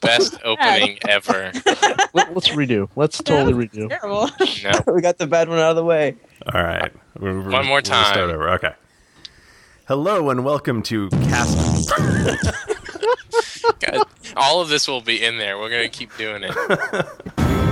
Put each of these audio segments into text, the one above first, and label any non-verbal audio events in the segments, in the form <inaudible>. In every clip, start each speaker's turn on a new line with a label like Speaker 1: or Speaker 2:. Speaker 1: best opening ever.
Speaker 2: Let, us redo.
Speaker 3: <laughs>
Speaker 2: Let's totally redo.
Speaker 3: Terrible.
Speaker 1: No,
Speaker 4: we got the bad one out of the way.
Speaker 5: All right. We're- we're-
Speaker 1: One more
Speaker 5: we're gonna
Speaker 1: time.
Speaker 5: Start over. Okay. Hello and welcome to Cast.
Speaker 1: God, all of this will be in there. We're gonna keep doing it.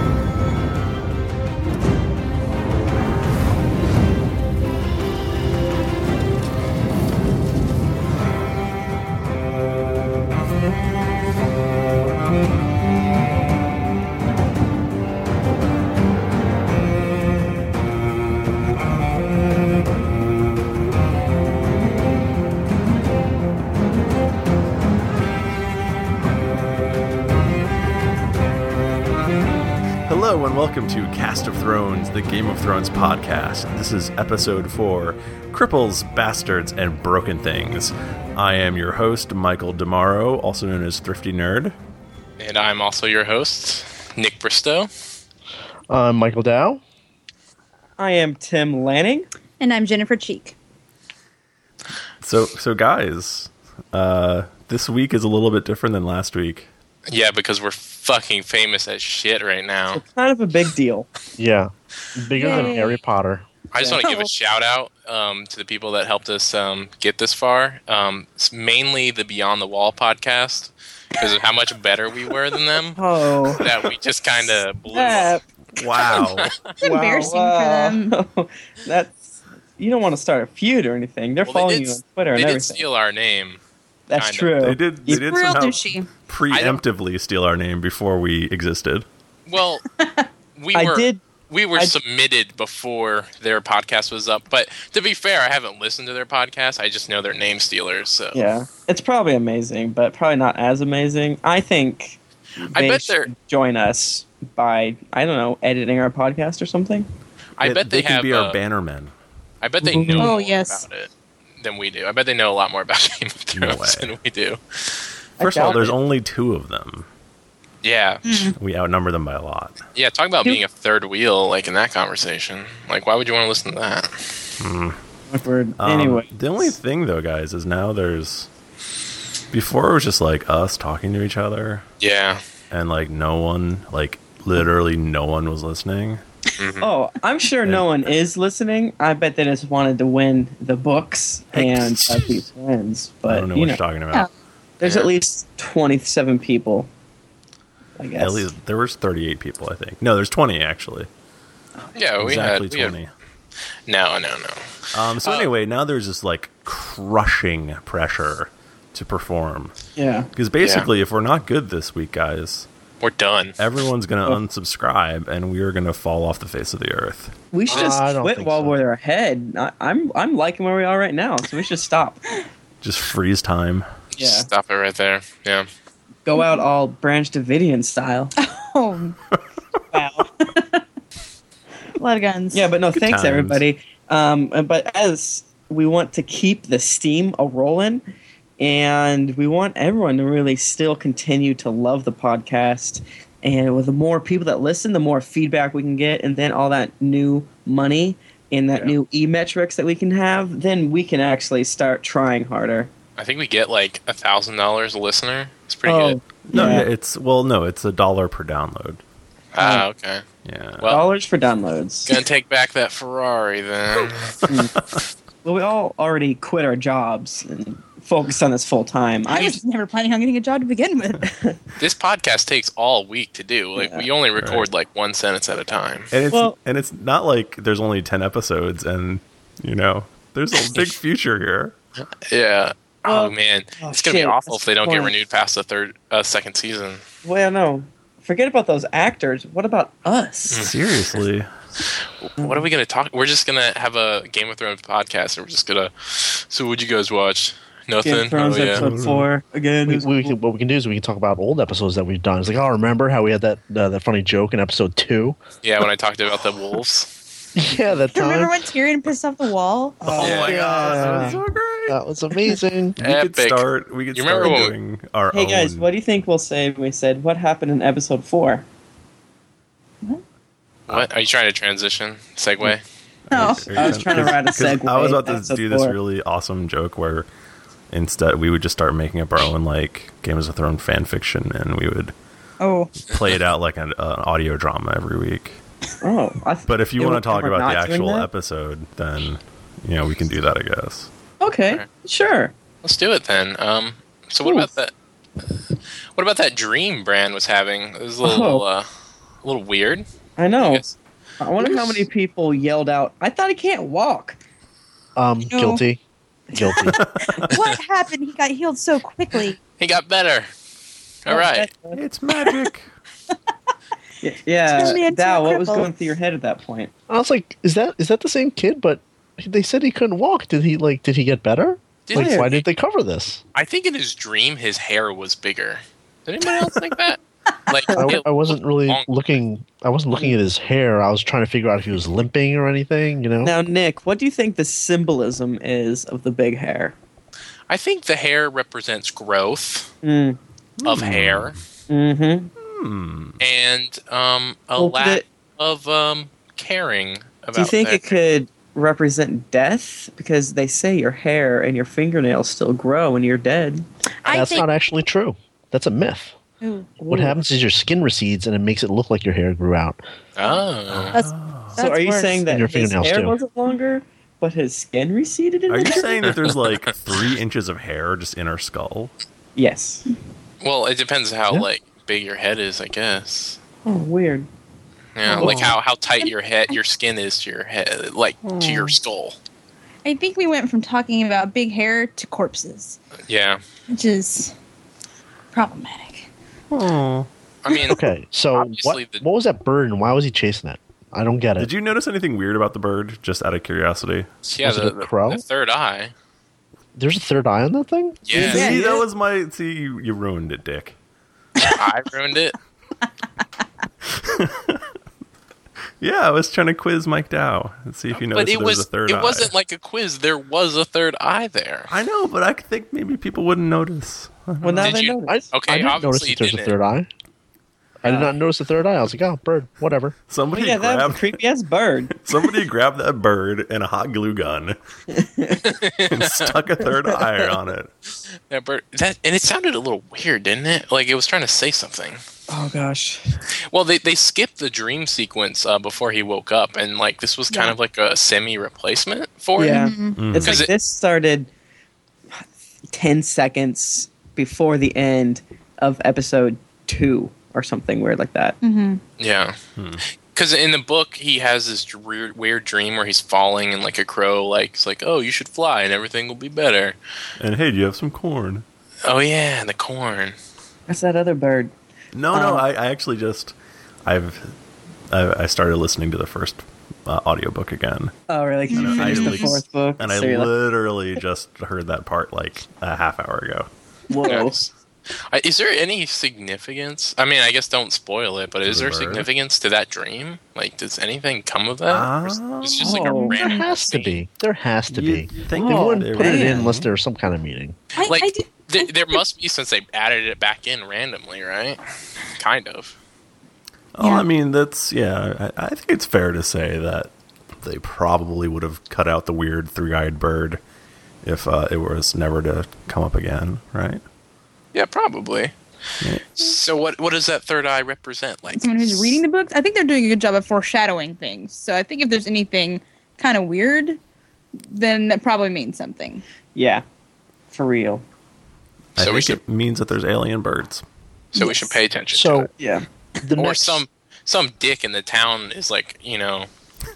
Speaker 5: Hello and welcome to Cast of Thrones, the Game of Thrones podcast. This is episode four Cripples, Bastards, and Broken Things. I am your host, Michael Damaro, also known as Thrifty Nerd.
Speaker 1: And I'm also your host, Nick Bristow.
Speaker 2: I'm Uh, Michael Dow.
Speaker 4: I am Tim Lanning.
Speaker 3: <laughs> And I'm Jennifer Cheek.
Speaker 5: So, so guys, uh, this week is a little bit different than last week.
Speaker 1: Yeah, because we're fucking famous as shit right now.
Speaker 4: Kind of a big deal.
Speaker 2: Yeah, bigger than
Speaker 3: Yay.
Speaker 2: Harry Potter.
Speaker 1: I just want to give a shout out um, to the people that helped us um, get this far. Um, s- mainly the Beyond the Wall podcast because of how much better we were than them.
Speaker 3: <laughs>
Speaker 4: Oh.
Speaker 1: That we just kind of blew.
Speaker 4: That,
Speaker 1: <laughs>
Speaker 5: Wow.
Speaker 3: It's <laughs> embarrassing for them.
Speaker 4: for them. <laughs> That's you don't want to start a feud or anything. They're
Speaker 1: Well, they
Speaker 4: following
Speaker 1: did
Speaker 4: you on
Speaker 1: s-
Speaker 4: Twitter
Speaker 1: They
Speaker 4: and
Speaker 1: did
Speaker 4: everything.
Speaker 1: steal our name.
Speaker 4: That's
Speaker 1: kinda.
Speaker 4: true.
Speaker 5: they did. They
Speaker 4: You-
Speaker 5: did
Speaker 3: Real
Speaker 5: somehow
Speaker 3: douchey.
Speaker 5: preemptively steal our name before we existed.
Speaker 1: Well, we
Speaker 4: I
Speaker 1: were
Speaker 4: did.
Speaker 1: we were
Speaker 4: I-
Speaker 1: submitted before their podcast was up. But to be fair, I haven't listened to their podcast. I just know they're name stealers. So
Speaker 4: Yeah, it's probably amazing, but probably not as amazing. I think.
Speaker 1: I
Speaker 4: they
Speaker 1: bet
Speaker 4: should
Speaker 1: they're-
Speaker 4: join us by I don't know editing our podcast or something.
Speaker 1: I
Speaker 5: They-
Speaker 1: bet they,
Speaker 5: they can
Speaker 1: have.
Speaker 5: be our
Speaker 1: uh,
Speaker 5: bannermen.
Speaker 1: I bet they know
Speaker 3: Oh,
Speaker 1: more
Speaker 3: yes.
Speaker 1: about it than we do. I bet they know a lot more about <laughs> Game of
Speaker 5: No
Speaker 1: Thrones
Speaker 5: way.
Speaker 1: than we do.
Speaker 5: First of all,
Speaker 4: doubt
Speaker 5: there's
Speaker 4: it.
Speaker 5: only two of them.
Speaker 1: Yeah,
Speaker 3: Hmm.
Speaker 5: We outnumber them by a lot.
Speaker 1: yeah. Talk about
Speaker 3: You-
Speaker 1: being a third wheel, like in that conversation. Like, why would you want to listen to that?
Speaker 4: Awkward.
Speaker 5: Mm. Um,
Speaker 4: anyway,
Speaker 5: the only thing though, guys, is now there's. Before it was just like us talking to each other,
Speaker 1: Yeah,
Speaker 5: and like no one, like literally no one was listening.
Speaker 4: Oh, I'm sure
Speaker 5: <laughs>
Speaker 4: no one is listening. I bet they just wanted to win the books and uh, be friends.
Speaker 5: I
Speaker 4: But
Speaker 5: don't know
Speaker 4: you
Speaker 5: what
Speaker 4: know,
Speaker 5: you're talking about.
Speaker 3: Yeah.
Speaker 4: there's
Speaker 1: Yeah.
Speaker 4: at least 27 people. I guess.
Speaker 5: At least there was 38 people, I think. No, there's 20 actually.
Speaker 1: yeah. Oh, We
Speaker 5: exactly
Speaker 1: had, we had-
Speaker 5: 20.
Speaker 1: no, no, no.
Speaker 5: Um, so
Speaker 1: Uh,
Speaker 5: anyway, now there's this like crushing pressure to perform
Speaker 4: Yeah.
Speaker 5: because basically, if we're not good this week, guys,
Speaker 1: We're done.
Speaker 5: everyone's gonna
Speaker 4: Oh.
Speaker 5: unsubscribe and we are gonna fall off the face of the earth.
Speaker 4: We should
Speaker 2: Uh,
Speaker 4: just
Speaker 2: I don't
Speaker 4: quit
Speaker 2: think
Speaker 4: while
Speaker 2: so.
Speaker 4: we're ahead. I, I'm I'm liking where we are right now, so we
Speaker 5: <laughs>
Speaker 4: should stop.
Speaker 5: Just freeze time.
Speaker 4: Yeah.
Speaker 1: Stop it right there. Yeah.
Speaker 4: Go out all Branch Davidian style.
Speaker 3: Oh,
Speaker 4: wow.
Speaker 3: a lot of guns.
Speaker 4: Yeah, but no, thanks
Speaker 5: times.
Speaker 4: everybody. Um, but as we want to keep the steam a rolling, and we want everyone to really still continue to love the podcast. And with the more people that listen, the more feedback we can get, and then all that new money and that
Speaker 1: Yeah.
Speaker 4: new e metrics that we can have, then we can actually start trying harder.
Speaker 1: I think we get like a thousand dollars a listener. It's pretty
Speaker 3: Oh.
Speaker 1: good.
Speaker 5: No,
Speaker 4: yeah.
Speaker 5: yeah, it's well, no, it's a dollar per download.
Speaker 3: Hmm.
Speaker 1: Ah, okay.
Speaker 5: Yeah.
Speaker 1: Well-
Speaker 4: dollars for downloads.
Speaker 1: Gonna take back that Ferrari
Speaker 5: <laughs>
Speaker 1: then.
Speaker 4: Well, we all already quit our jobs and focus on this full time.
Speaker 3: I
Speaker 4: I
Speaker 3: was never planning on getting a job to begin
Speaker 4: <laughs>
Speaker 3: with. <laughs>
Speaker 1: this podcast takes all week to do. Like
Speaker 4: Yeah.
Speaker 1: we only record like one sentence at a time.
Speaker 5: and it's
Speaker 4: well-
Speaker 5: and it's not like there's only 10 episodes and you know, there's
Speaker 1: <laughs>
Speaker 5: a big future here.
Speaker 1: Yeah. Oh
Speaker 4: Well-
Speaker 1: man, it's
Speaker 4: Oh,
Speaker 1: gonna be
Speaker 4: shit.
Speaker 1: awful if they don't get
Speaker 4: That's the
Speaker 1: renewed past the third, uh, second season.
Speaker 4: well, no, forget about those actors. What about us?
Speaker 1: Mm,
Speaker 5: Seriously.
Speaker 1: What are we gonna talk? We're just gonna have a Game of Thrones podcast, and we're just gonna. So, what'd you guys watch? Nothing.
Speaker 4: Game of Thrones
Speaker 1: oh, yeah.
Speaker 4: episode four again.
Speaker 2: We, we can, what we can do is we can talk about old episodes that we've done. It's like, oh, remember how we had that uh, that funny joke in episode two? <laughs>
Speaker 1: Yeah, when I talked about the wolves.
Speaker 2: Yeah, that
Speaker 3: Remember
Speaker 2: time
Speaker 3: when Tyrion pissed off the wall?
Speaker 1: Oh my
Speaker 4: Uh,
Speaker 5: so great.
Speaker 2: that was amazing.
Speaker 5: we could
Speaker 1: Epic.
Speaker 5: start we could
Speaker 1: You
Speaker 5: start
Speaker 1: remember when-
Speaker 5: doing our
Speaker 4: hey
Speaker 5: own
Speaker 4: guys, what do you think we'll say? when We said what happened in episode four.
Speaker 1: What are you trying to transition
Speaker 5: Mm.
Speaker 1: segue?
Speaker 3: No.
Speaker 4: I was trying to write a
Speaker 5: 'Cause I was
Speaker 4: segue.
Speaker 5: about
Speaker 4: That's
Speaker 5: to
Speaker 4: a
Speaker 5: do this
Speaker 4: four.
Speaker 5: really awesome joke where instead we would just start making up our own like Game of Thrones fan fiction and we would
Speaker 3: Oh,
Speaker 5: play it out like an, an audio drama every week.
Speaker 4: Oh, I th-
Speaker 5: But if you
Speaker 4: it
Speaker 5: want
Speaker 4: would
Speaker 5: to talk
Speaker 4: cover
Speaker 5: about the
Speaker 4: not doing
Speaker 5: actual
Speaker 4: that?
Speaker 5: episode, then you know we can do that, I guess.
Speaker 4: okay,
Speaker 1: Alright.
Speaker 4: sure.
Speaker 1: Let's do it then. Um, so what
Speaker 4: Ooh.
Speaker 1: about that? What about that dream Brand was having? It was a little,
Speaker 4: Oh.
Speaker 1: uh, a little weird.
Speaker 4: I
Speaker 1: I
Speaker 4: know. I,
Speaker 1: guess.
Speaker 4: wonder how many people yelled out. I thought he can't walk.
Speaker 2: Um,
Speaker 3: You know-
Speaker 2: guilty,
Speaker 3: <laughs>
Speaker 2: guilty.
Speaker 3: what happened? He got healed so quickly.
Speaker 1: He got better.
Speaker 4: Oh,
Speaker 1: All right.
Speaker 5: It's magic.
Speaker 4: Y-
Speaker 3: Turn me
Speaker 4: Yeah,
Speaker 3: into
Speaker 4: Dal,
Speaker 3: a
Speaker 4: what was
Speaker 3: cripple.
Speaker 4: going through your head at that point?
Speaker 2: I was like, is that is that the same kid? But they said he couldn't walk. Did he like? Did he get better?
Speaker 1: Did
Speaker 2: like,
Speaker 1: he-
Speaker 2: why did they cover this?
Speaker 1: I think in his dream his hair was bigger. Did anybody else think
Speaker 4: <laughs>
Speaker 1: that? Like
Speaker 2: I,
Speaker 1: it
Speaker 2: I wasn't really
Speaker 1: long-
Speaker 2: looking. I wasn't looking at his hair. I was trying to figure out if he was limping or anything. You know,
Speaker 4: Now, Nick, what do you think the symbolism is of the big hair?
Speaker 1: I think the hair represents growth
Speaker 4: Mm.
Speaker 1: of hair
Speaker 4: Mm-hmm.
Speaker 5: Hmm.
Speaker 1: and um, a
Speaker 4: Well,
Speaker 1: lack
Speaker 4: the-
Speaker 1: of um, caring about.
Speaker 4: Do you think
Speaker 1: their-
Speaker 4: it could represent death? Because they say your hair and your fingernails still grow when you're dead.
Speaker 6: I
Speaker 2: that's
Speaker 6: think
Speaker 2: not actually true. That's a myth.
Speaker 3: Ooh,
Speaker 2: What
Speaker 4: Ooh.
Speaker 2: happens is your skin recedes and it makes it look like your hair grew out.
Speaker 1: Oh,
Speaker 3: that's,
Speaker 4: so
Speaker 3: that's
Speaker 4: are you
Speaker 3: worse.
Speaker 4: saying that
Speaker 2: And your
Speaker 4: his
Speaker 2: fingernails,
Speaker 4: hair
Speaker 2: too.
Speaker 4: wasn't longer, but his skin receded in
Speaker 5: Are you
Speaker 4: nature?
Speaker 5: saying that there's like three inches of hair just in her skull?
Speaker 4: Yes.
Speaker 1: well, it depends how
Speaker 2: Yeah.
Speaker 1: like big your head is, I guess.
Speaker 4: Oh, weird.
Speaker 1: Yeah, like how, how tight your head, your skin is to your head, like to your skull.
Speaker 3: I think we went from talking about big hair to corpses,
Speaker 1: Yeah,
Speaker 3: which is problematic.
Speaker 1: I mean,
Speaker 2: Okay, so
Speaker 1: Obviously
Speaker 2: what,
Speaker 1: the-
Speaker 2: what was that bird and why was he chasing that? I don't get it.
Speaker 5: Did you notice anything weird about the bird? Just out of curiosity.
Speaker 1: yeah,
Speaker 2: Was it
Speaker 1: the,
Speaker 2: a crow?
Speaker 1: the third eye.
Speaker 2: There's a third eye on that thing?
Speaker 1: Yeah,
Speaker 4: Yeah.
Speaker 5: See, that was my. See, you, you ruined it, Dick.
Speaker 1: I ruined it.
Speaker 5: Yeah, I was trying to quiz Mike Dow and see if you noticed
Speaker 1: But it
Speaker 5: there
Speaker 1: was,
Speaker 5: a third
Speaker 1: it
Speaker 5: eye.
Speaker 1: wasn't like a quiz. There was a third eye there.
Speaker 5: I know, but I could think maybe people wouldn't notice.
Speaker 4: Well, now
Speaker 1: Did
Speaker 4: they
Speaker 1: you- Oh,
Speaker 4: know.
Speaker 2: I,
Speaker 1: Okay,
Speaker 2: I didn't notice
Speaker 1: obviously
Speaker 2: that there's a
Speaker 1: didn't.
Speaker 2: third eye. I did not notice the third eye. I was like, oh, bird, whatever.
Speaker 5: Somebody
Speaker 4: yeah, that was
Speaker 5: grabbed
Speaker 4: a creepy ass bird.
Speaker 5: somebody grabbed that bird and a hot glue gun
Speaker 4: <laughs>
Speaker 5: and stuck a third eye on it.
Speaker 1: That bird, that and it sounded a little weird, didn't it? Like it was trying to say something.
Speaker 4: <laughs> Oh gosh.
Speaker 1: Well, they they skipped the dream sequence uh, before he woke up, and like this was kind
Speaker 3: Yeah.
Speaker 1: of like a semi replacement for
Speaker 4: Yeah.
Speaker 1: it.
Speaker 4: It's like
Speaker 1: Mm. Is it-
Speaker 4: this started 10 seconds before the end of episode 2 or something weird like that.
Speaker 3: Mm-hmm.
Speaker 1: Yeah. Because in the book, he has this dr- weird, weird dream where he's falling and like a crow, like it's like, oh, you should fly and everything will be better.
Speaker 5: And hey, do you have some corn?
Speaker 1: Oh yeah, and the corn.
Speaker 4: What's that other bird?
Speaker 5: No, no,
Speaker 4: Um,
Speaker 5: I, I actually just I've I, I started listening to the first uh, audiobook again,
Speaker 4: Oh, really? 'Cause you
Speaker 5: And I
Speaker 4: finished the
Speaker 5: literally-
Speaker 4: fourth book.
Speaker 5: and I
Speaker 4: so you're like,
Speaker 5: literally just heard that part like a half hour ago.
Speaker 4: whoa.
Speaker 1: Nice. I, is there any significance? I mean, I guess don't spoil it, but is
Speaker 5: the
Speaker 1: there
Speaker 5: bird?
Speaker 1: significance to that dream? Like, does anything come of that? Or is- it's just like a
Speaker 4: Oh.
Speaker 2: There
Speaker 1: random.
Speaker 2: has to
Speaker 1: scene?
Speaker 2: be. There has to be.
Speaker 5: You'd think
Speaker 2: They
Speaker 4: Oh,
Speaker 2: wouldn't put it in
Speaker 4: man.
Speaker 2: unless there's some kind of meaning.
Speaker 3: I,
Speaker 1: Like,
Speaker 3: I did,
Speaker 1: th- there must be since they added it back in randomly, right? Kind of.
Speaker 5: Oh,
Speaker 3: Yeah.
Speaker 5: I mean, that's yeah. I, I think it's fair to say that they probably would have cut out the weird three-eyed bird if uh, it was never to come up again, right?
Speaker 1: Yeah, probably. So what what does that third eye represent? Like
Speaker 3: someone who's reading the books, I think they're doing a good job of foreshadowing things. So I think if there's anything kind of weird, then that probably means something.
Speaker 4: Yeah. For real.
Speaker 5: I
Speaker 1: So
Speaker 5: think
Speaker 1: we
Speaker 5: it means that there's alien birds.
Speaker 1: so we should pay attention to
Speaker 2: So
Speaker 1: it.
Speaker 4: Yeah.
Speaker 2: the
Speaker 1: Or
Speaker 2: next,
Speaker 1: some some dick in the town is like, you
Speaker 5: <laughs>
Speaker 1: know,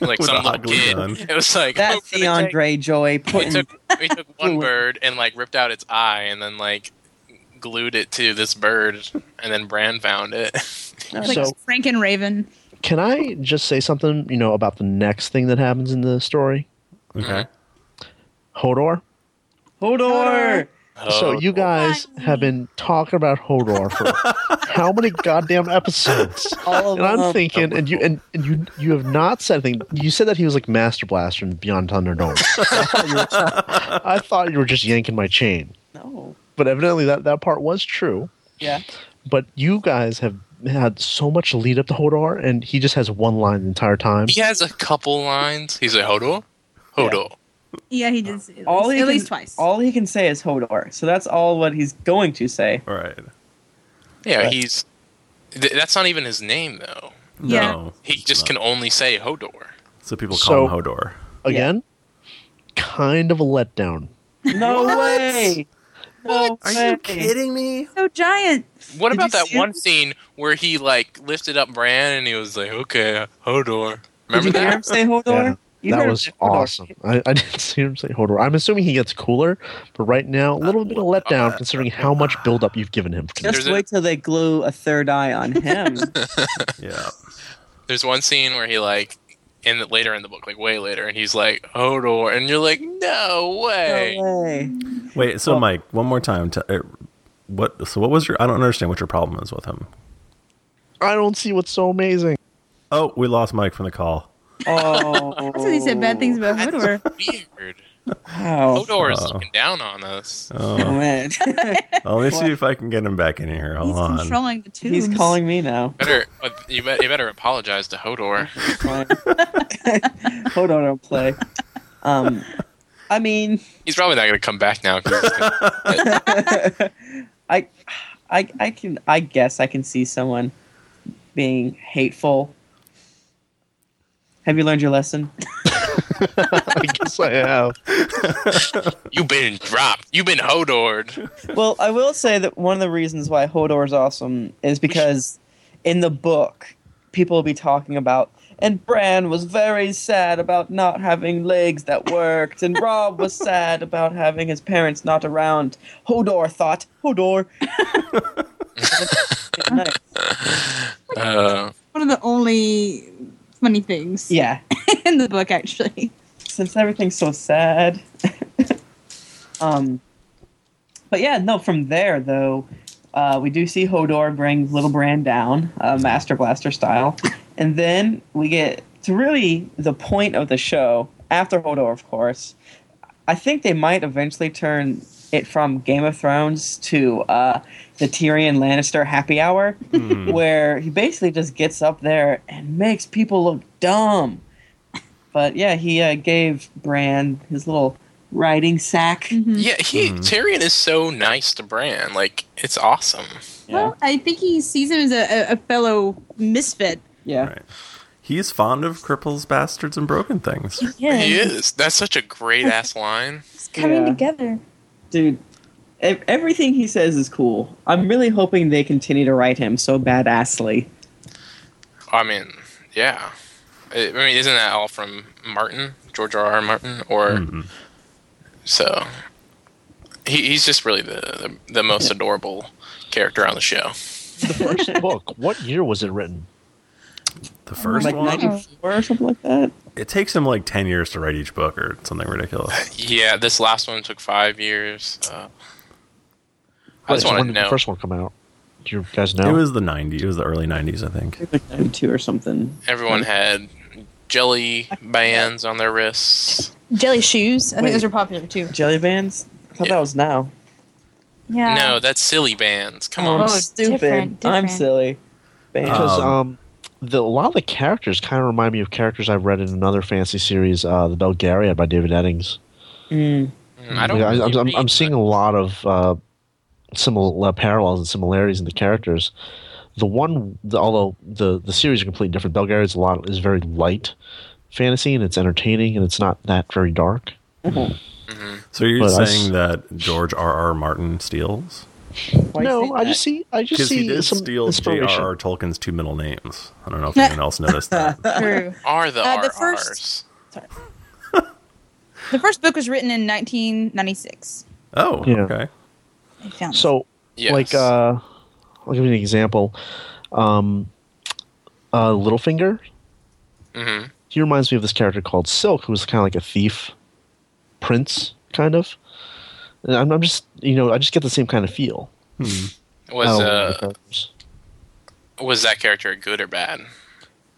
Speaker 1: like
Speaker 5: With
Speaker 1: some
Speaker 5: a
Speaker 1: little
Speaker 5: hot glue
Speaker 1: kid.
Speaker 5: gun.
Speaker 1: It was like
Speaker 3: <laughs>
Speaker 4: That's
Speaker 1: oh, we're gonna take-
Speaker 4: DeAndre Joy
Speaker 1: we
Speaker 4: putting.
Speaker 1: took we
Speaker 2: <laughs>
Speaker 1: took one bird and like ripped out its eye and then like glued it to this bird and then Bran found it. <laughs>
Speaker 3: It's
Speaker 2: So-
Speaker 3: like Frank and Raven.
Speaker 2: Can I just say something, you know, about the next thing that happens in the story?
Speaker 1: Mm-hmm.
Speaker 5: Okay.
Speaker 2: Hodor?
Speaker 4: Hodor!
Speaker 1: Oh,
Speaker 2: So you guys have been talking about Hodor for how many goddamn episodes?
Speaker 4: All of
Speaker 2: And I'm
Speaker 4: them.
Speaker 2: thinking, and you and, and you you have not said anything. You said that he was like Master Blaster in Beyond Thunderdome. I thought you were just yanking my chain,
Speaker 4: No.
Speaker 2: but evidently that that part was true.
Speaker 4: Yeah.
Speaker 2: But you guys have had so much lead up to Hodor, and he just has one line the entire time.
Speaker 1: He has a couple lines. He's like Hodor? Hodor.
Speaker 3: Yeah, he did. At,
Speaker 4: All
Speaker 3: least, at
Speaker 4: he can-
Speaker 3: least twice.
Speaker 4: All he can say is Hodor. So that's all what he's going to say.
Speaker 5: All right.
Speaker 1: Yeah,
Speaker 4: Right.
Speaker 1: he's Th- that's not even his name though.
Speaker 3: Yeah.
Speaker 5: No.
Speaker 1: He just can only say Hodor.
Speaker 5: So people
Speaker 2: So-
Speaker 5: call him Hodor.
Speaker 2: Again, kind of a letdown.
Speaker 3: <laughs>
Speaker 4: No
Speaker 5: What?
Speaker 4: way. No
Speaker 5: Are
Speaker 4: way.
Speaker 5: you kidding me?
Speaker 3: So giant.
Speaker 1: What
Speaker 4: Did
Speaker 1: about
Speaker 4: you
Speaker 1: that
Speaker 4: see
Speaker 1: one
Speaker 4: it?
Speaker 1: scene where he like lifted up Bran and he was like, "Okay, Hodor."
Speaker 4: Did you
Speaker 1: Remember
Speaker 4: hear him
Speaker 1: that?
Speaker 4: say Hodor?
Speaker 2: Yeah,
Speaker 4: You heard
Speaker 2: that
Speaker 4: him
Speaker 2: was
Speaker 4: say Hodor.
Speaker 2: awesome. I, <laughs> I didn't see him say Hodor. I'm assuming he gets cooler, but right now a little bit of
Speaker 1: Uh,
Speaker 2: letdown considering how much buildup you've given him.
Speaker 4: Just
Speaker 1: There's a-
Speaker 4: wait till they glue a third eye
Speaker 3: <laughs>
Speaker 4: on him.
Speaker 5: Yeah.
Speaker 1: There's one scene where he like in the, later in the book, like way later, and he's like Hodor, and you're like, "No way!"
Speaker 4: No way.
Speaker 5: Wait. So
Speaker 4: Well-
Speaker 5: Mike, one more time. To, uh, what? So what was your? I don't understand what your problem is with him.
Speaker 2: I don't see what's so amazing. <laughs>
Speaker 5: Oh, we lost Mike from the call.
Speaker 4: Oh.
Speaker 3: That's what he said bad things about Hodor.
Speaker 1: Weird.
Speaker 4: Wow.
Speaker 1: Hodor is
Speaker 5: Oh.
Speaker 1: looking down on us.
Speaker 4: <laughs> Oh,
Speaker 5: Oh,
Speaker 3: <laughs>
Speaker 4: man.
Speaker 5: oh, let me see if I can get him back in here. Hold
Speaker 3: He's
Speaker 5: on.
Speaker 3: controlling the tubes.
Speaker 4: He's calling me now.
Speaker 1: Better, uh, you, bet, you better apologize to Hodor.
Speaker 4: Fine. Hold on, don't play. Um, I mean,
Speaker 1: He's probably not going to come back now. 'cause he's gonna-
Speaker 4: I, I, I can, I guess I can see someone being hateful. Have you learned your lesson?
Speaker 2: I guess I have.
Speaker 1: You've been dropped. You've been Hodored.
Speaker 4: Well, I will say that one of the reasons why Hodor is awesome is because in the book, people will be talking about, and Bran was very sad about not having legs that worked, and Rob was sad about having his parents not around. Hodor thought, Hodor. Nice.
Speaker 1: Uh,
Speaker 3: One of the only funny things
Speaker 4: Yeah,
Speaker 3: <laughs> in the book, actually.
Speaker 4: since everything's so sad. <laughs> um, but yeah, no, from there, though, uh, we do see Hodor bring Little Bran down, uh, Master Blaster style. And then we get to really the point of the show, after Hodor, of course. I think they might eventually turn it from Game of Thrones to uh, the Tyrion Lannister happy hour, <laughs>
Speaker 5: Hmm.
Speaker 4: where he basically just gets up there and makes people look dumb. But yeah, he uh, gave Bran his little riding sack.
Speaker 3: Mhm.
Speaker 1: yeah, he
Speaker 5: Mhm.
Speaker 1: Tyrion is so nice to Bran. Like it's awesome.
Speaker 4: Yeah,
Speaker 3: Well, I think he sees him as a, a- a fellow misfit.
Speaker 4: yeah.
Speaker 5: Right. He's fond of cripples, bastards, and broken things.
Speaker 1: He is. That's such a great
Speaker 2: <laughs>
Speaker 1: ass line.
Speaker 3: It's coming
Speaker 4: Yeah.
Speaker 3: together.
Speaker 4: dude. ev- Everything he says is cool. I'm really hoping they continue to write him so badassly.
Speaker 1: I mean, yeah. I I mean, isn't that all from Martin, George R. R. Martin, or
Speaker 2: Hmm.
Speaker 5: Mhm.
Speaker 1: so? He, he's just really the the, the most adorable character on the show.
Speaker 2: The first book, what year was it written?
Speaker 5: The first
Speaker 4: like
Speaker 5: one.
Speaker 4: 94 or something like that.
Speaker 5: It takes him like ten years to write each book or something
Speaker 1: <laughs>
Speaker 5: ridiculous.
Speaker 1: Yeah, this last one took five years. Uh, I just
Speaker 2: When
Speaker 1: want to
Speaker 2: did
Speaker 1: know.
Speaker 2: the first one come out? Do you guys
Speaker 5: It
Speaker 2: know?
Speaker 5: was the '90s. It was the early '90s, I think.
Speaker 4: Like 92 or something.
Speaker 1: Everyone had jelly bands on their wrists.
Speaker 3: Jelly shoes. I
Speaker 4: Wait.
Speaker 3: think those are popular
Speaker 4: <laughs>
Speaker 3: too.
Speaker 4: Jelly bands? I thought
Speaker 1: Yeah.
Speaker 4: that was now.
Speaker 3: Yeah.
Speaker 1: No, that's silly bands. Come
Speaker 4: I'm
Speaker 1: on.
Speaker 3: Oh,
Speaker 4: stupid.
Speaker 3: different,
Speaker 4: I'm
Speaker 3: different.
Speaker 4: silly. Bands.
Speaker 5: Uh,
Speaker 2: because
Speaker 5: Um,
Speaker 2: um, the, a lot of the characters kind of remind me of characters I've read in another fantasy series, uh, The Belgaria by David Eddings.
Speaker 4: Mm.
Speaker 1: Mm, I don't.
Speaker 2: Like,
Speaker 1: really
Speaker 2: I, am
Speaker 1: read,
Speaker 2: I'm seeing a lot of uh, similar uh, parallels and similarities in the characters. The one, the, although the the series are completely different, Belgaria is a lot is very light fantasy and it's entertaining and it's not that very dark.
Speaker 1: but- mhm.
Speaker 5: So you're
Speaker 2: But I s-
Speaker 5: saying that George R. R. Martin steals
Speaker 4: Why you say
Speaker 2: no, I
Speaker 4: that?
Speaker 2: just see I just
Speaker 5: because he
Speaker 2: see
Speaker 5: did
Speaker 2: some
Speaker 5: steal
Speaker 2: inspiration.
Speaker 5: J.R.R. Tolkien's two middle names. I don't know if anyone else noticed that.
Speaker 3: True.
Speaker 1: Are the
Speaker 3: Uh, the
Speaker 1: RRs?
Speaker 3: first- The first book was written in 1996.
Speaker 5: Oh,
Speaker 2: Yeah.
Speaker 5: okay.
Speaker 3: I found it.
Speaker 2: So
Speaker 1: Yes.
Speaker 2: Like, uh, I'll give you an example. Um, uh, Littlefinger.
Speaker 1: hmm
Speaker 2: He reminds me of this character called Silk, who was kind of like a thief, prince, kind of. And I'm, I'm just, you know, I just get the same kind of feel.
Speaker 5: Hmm.
Speaker 2: Oh.
Speaker 1: was
Speaker 2: I don't know
Speaker 1: uh,
Speaker 2: what the characters-
Speaker 1: was that character good or bad?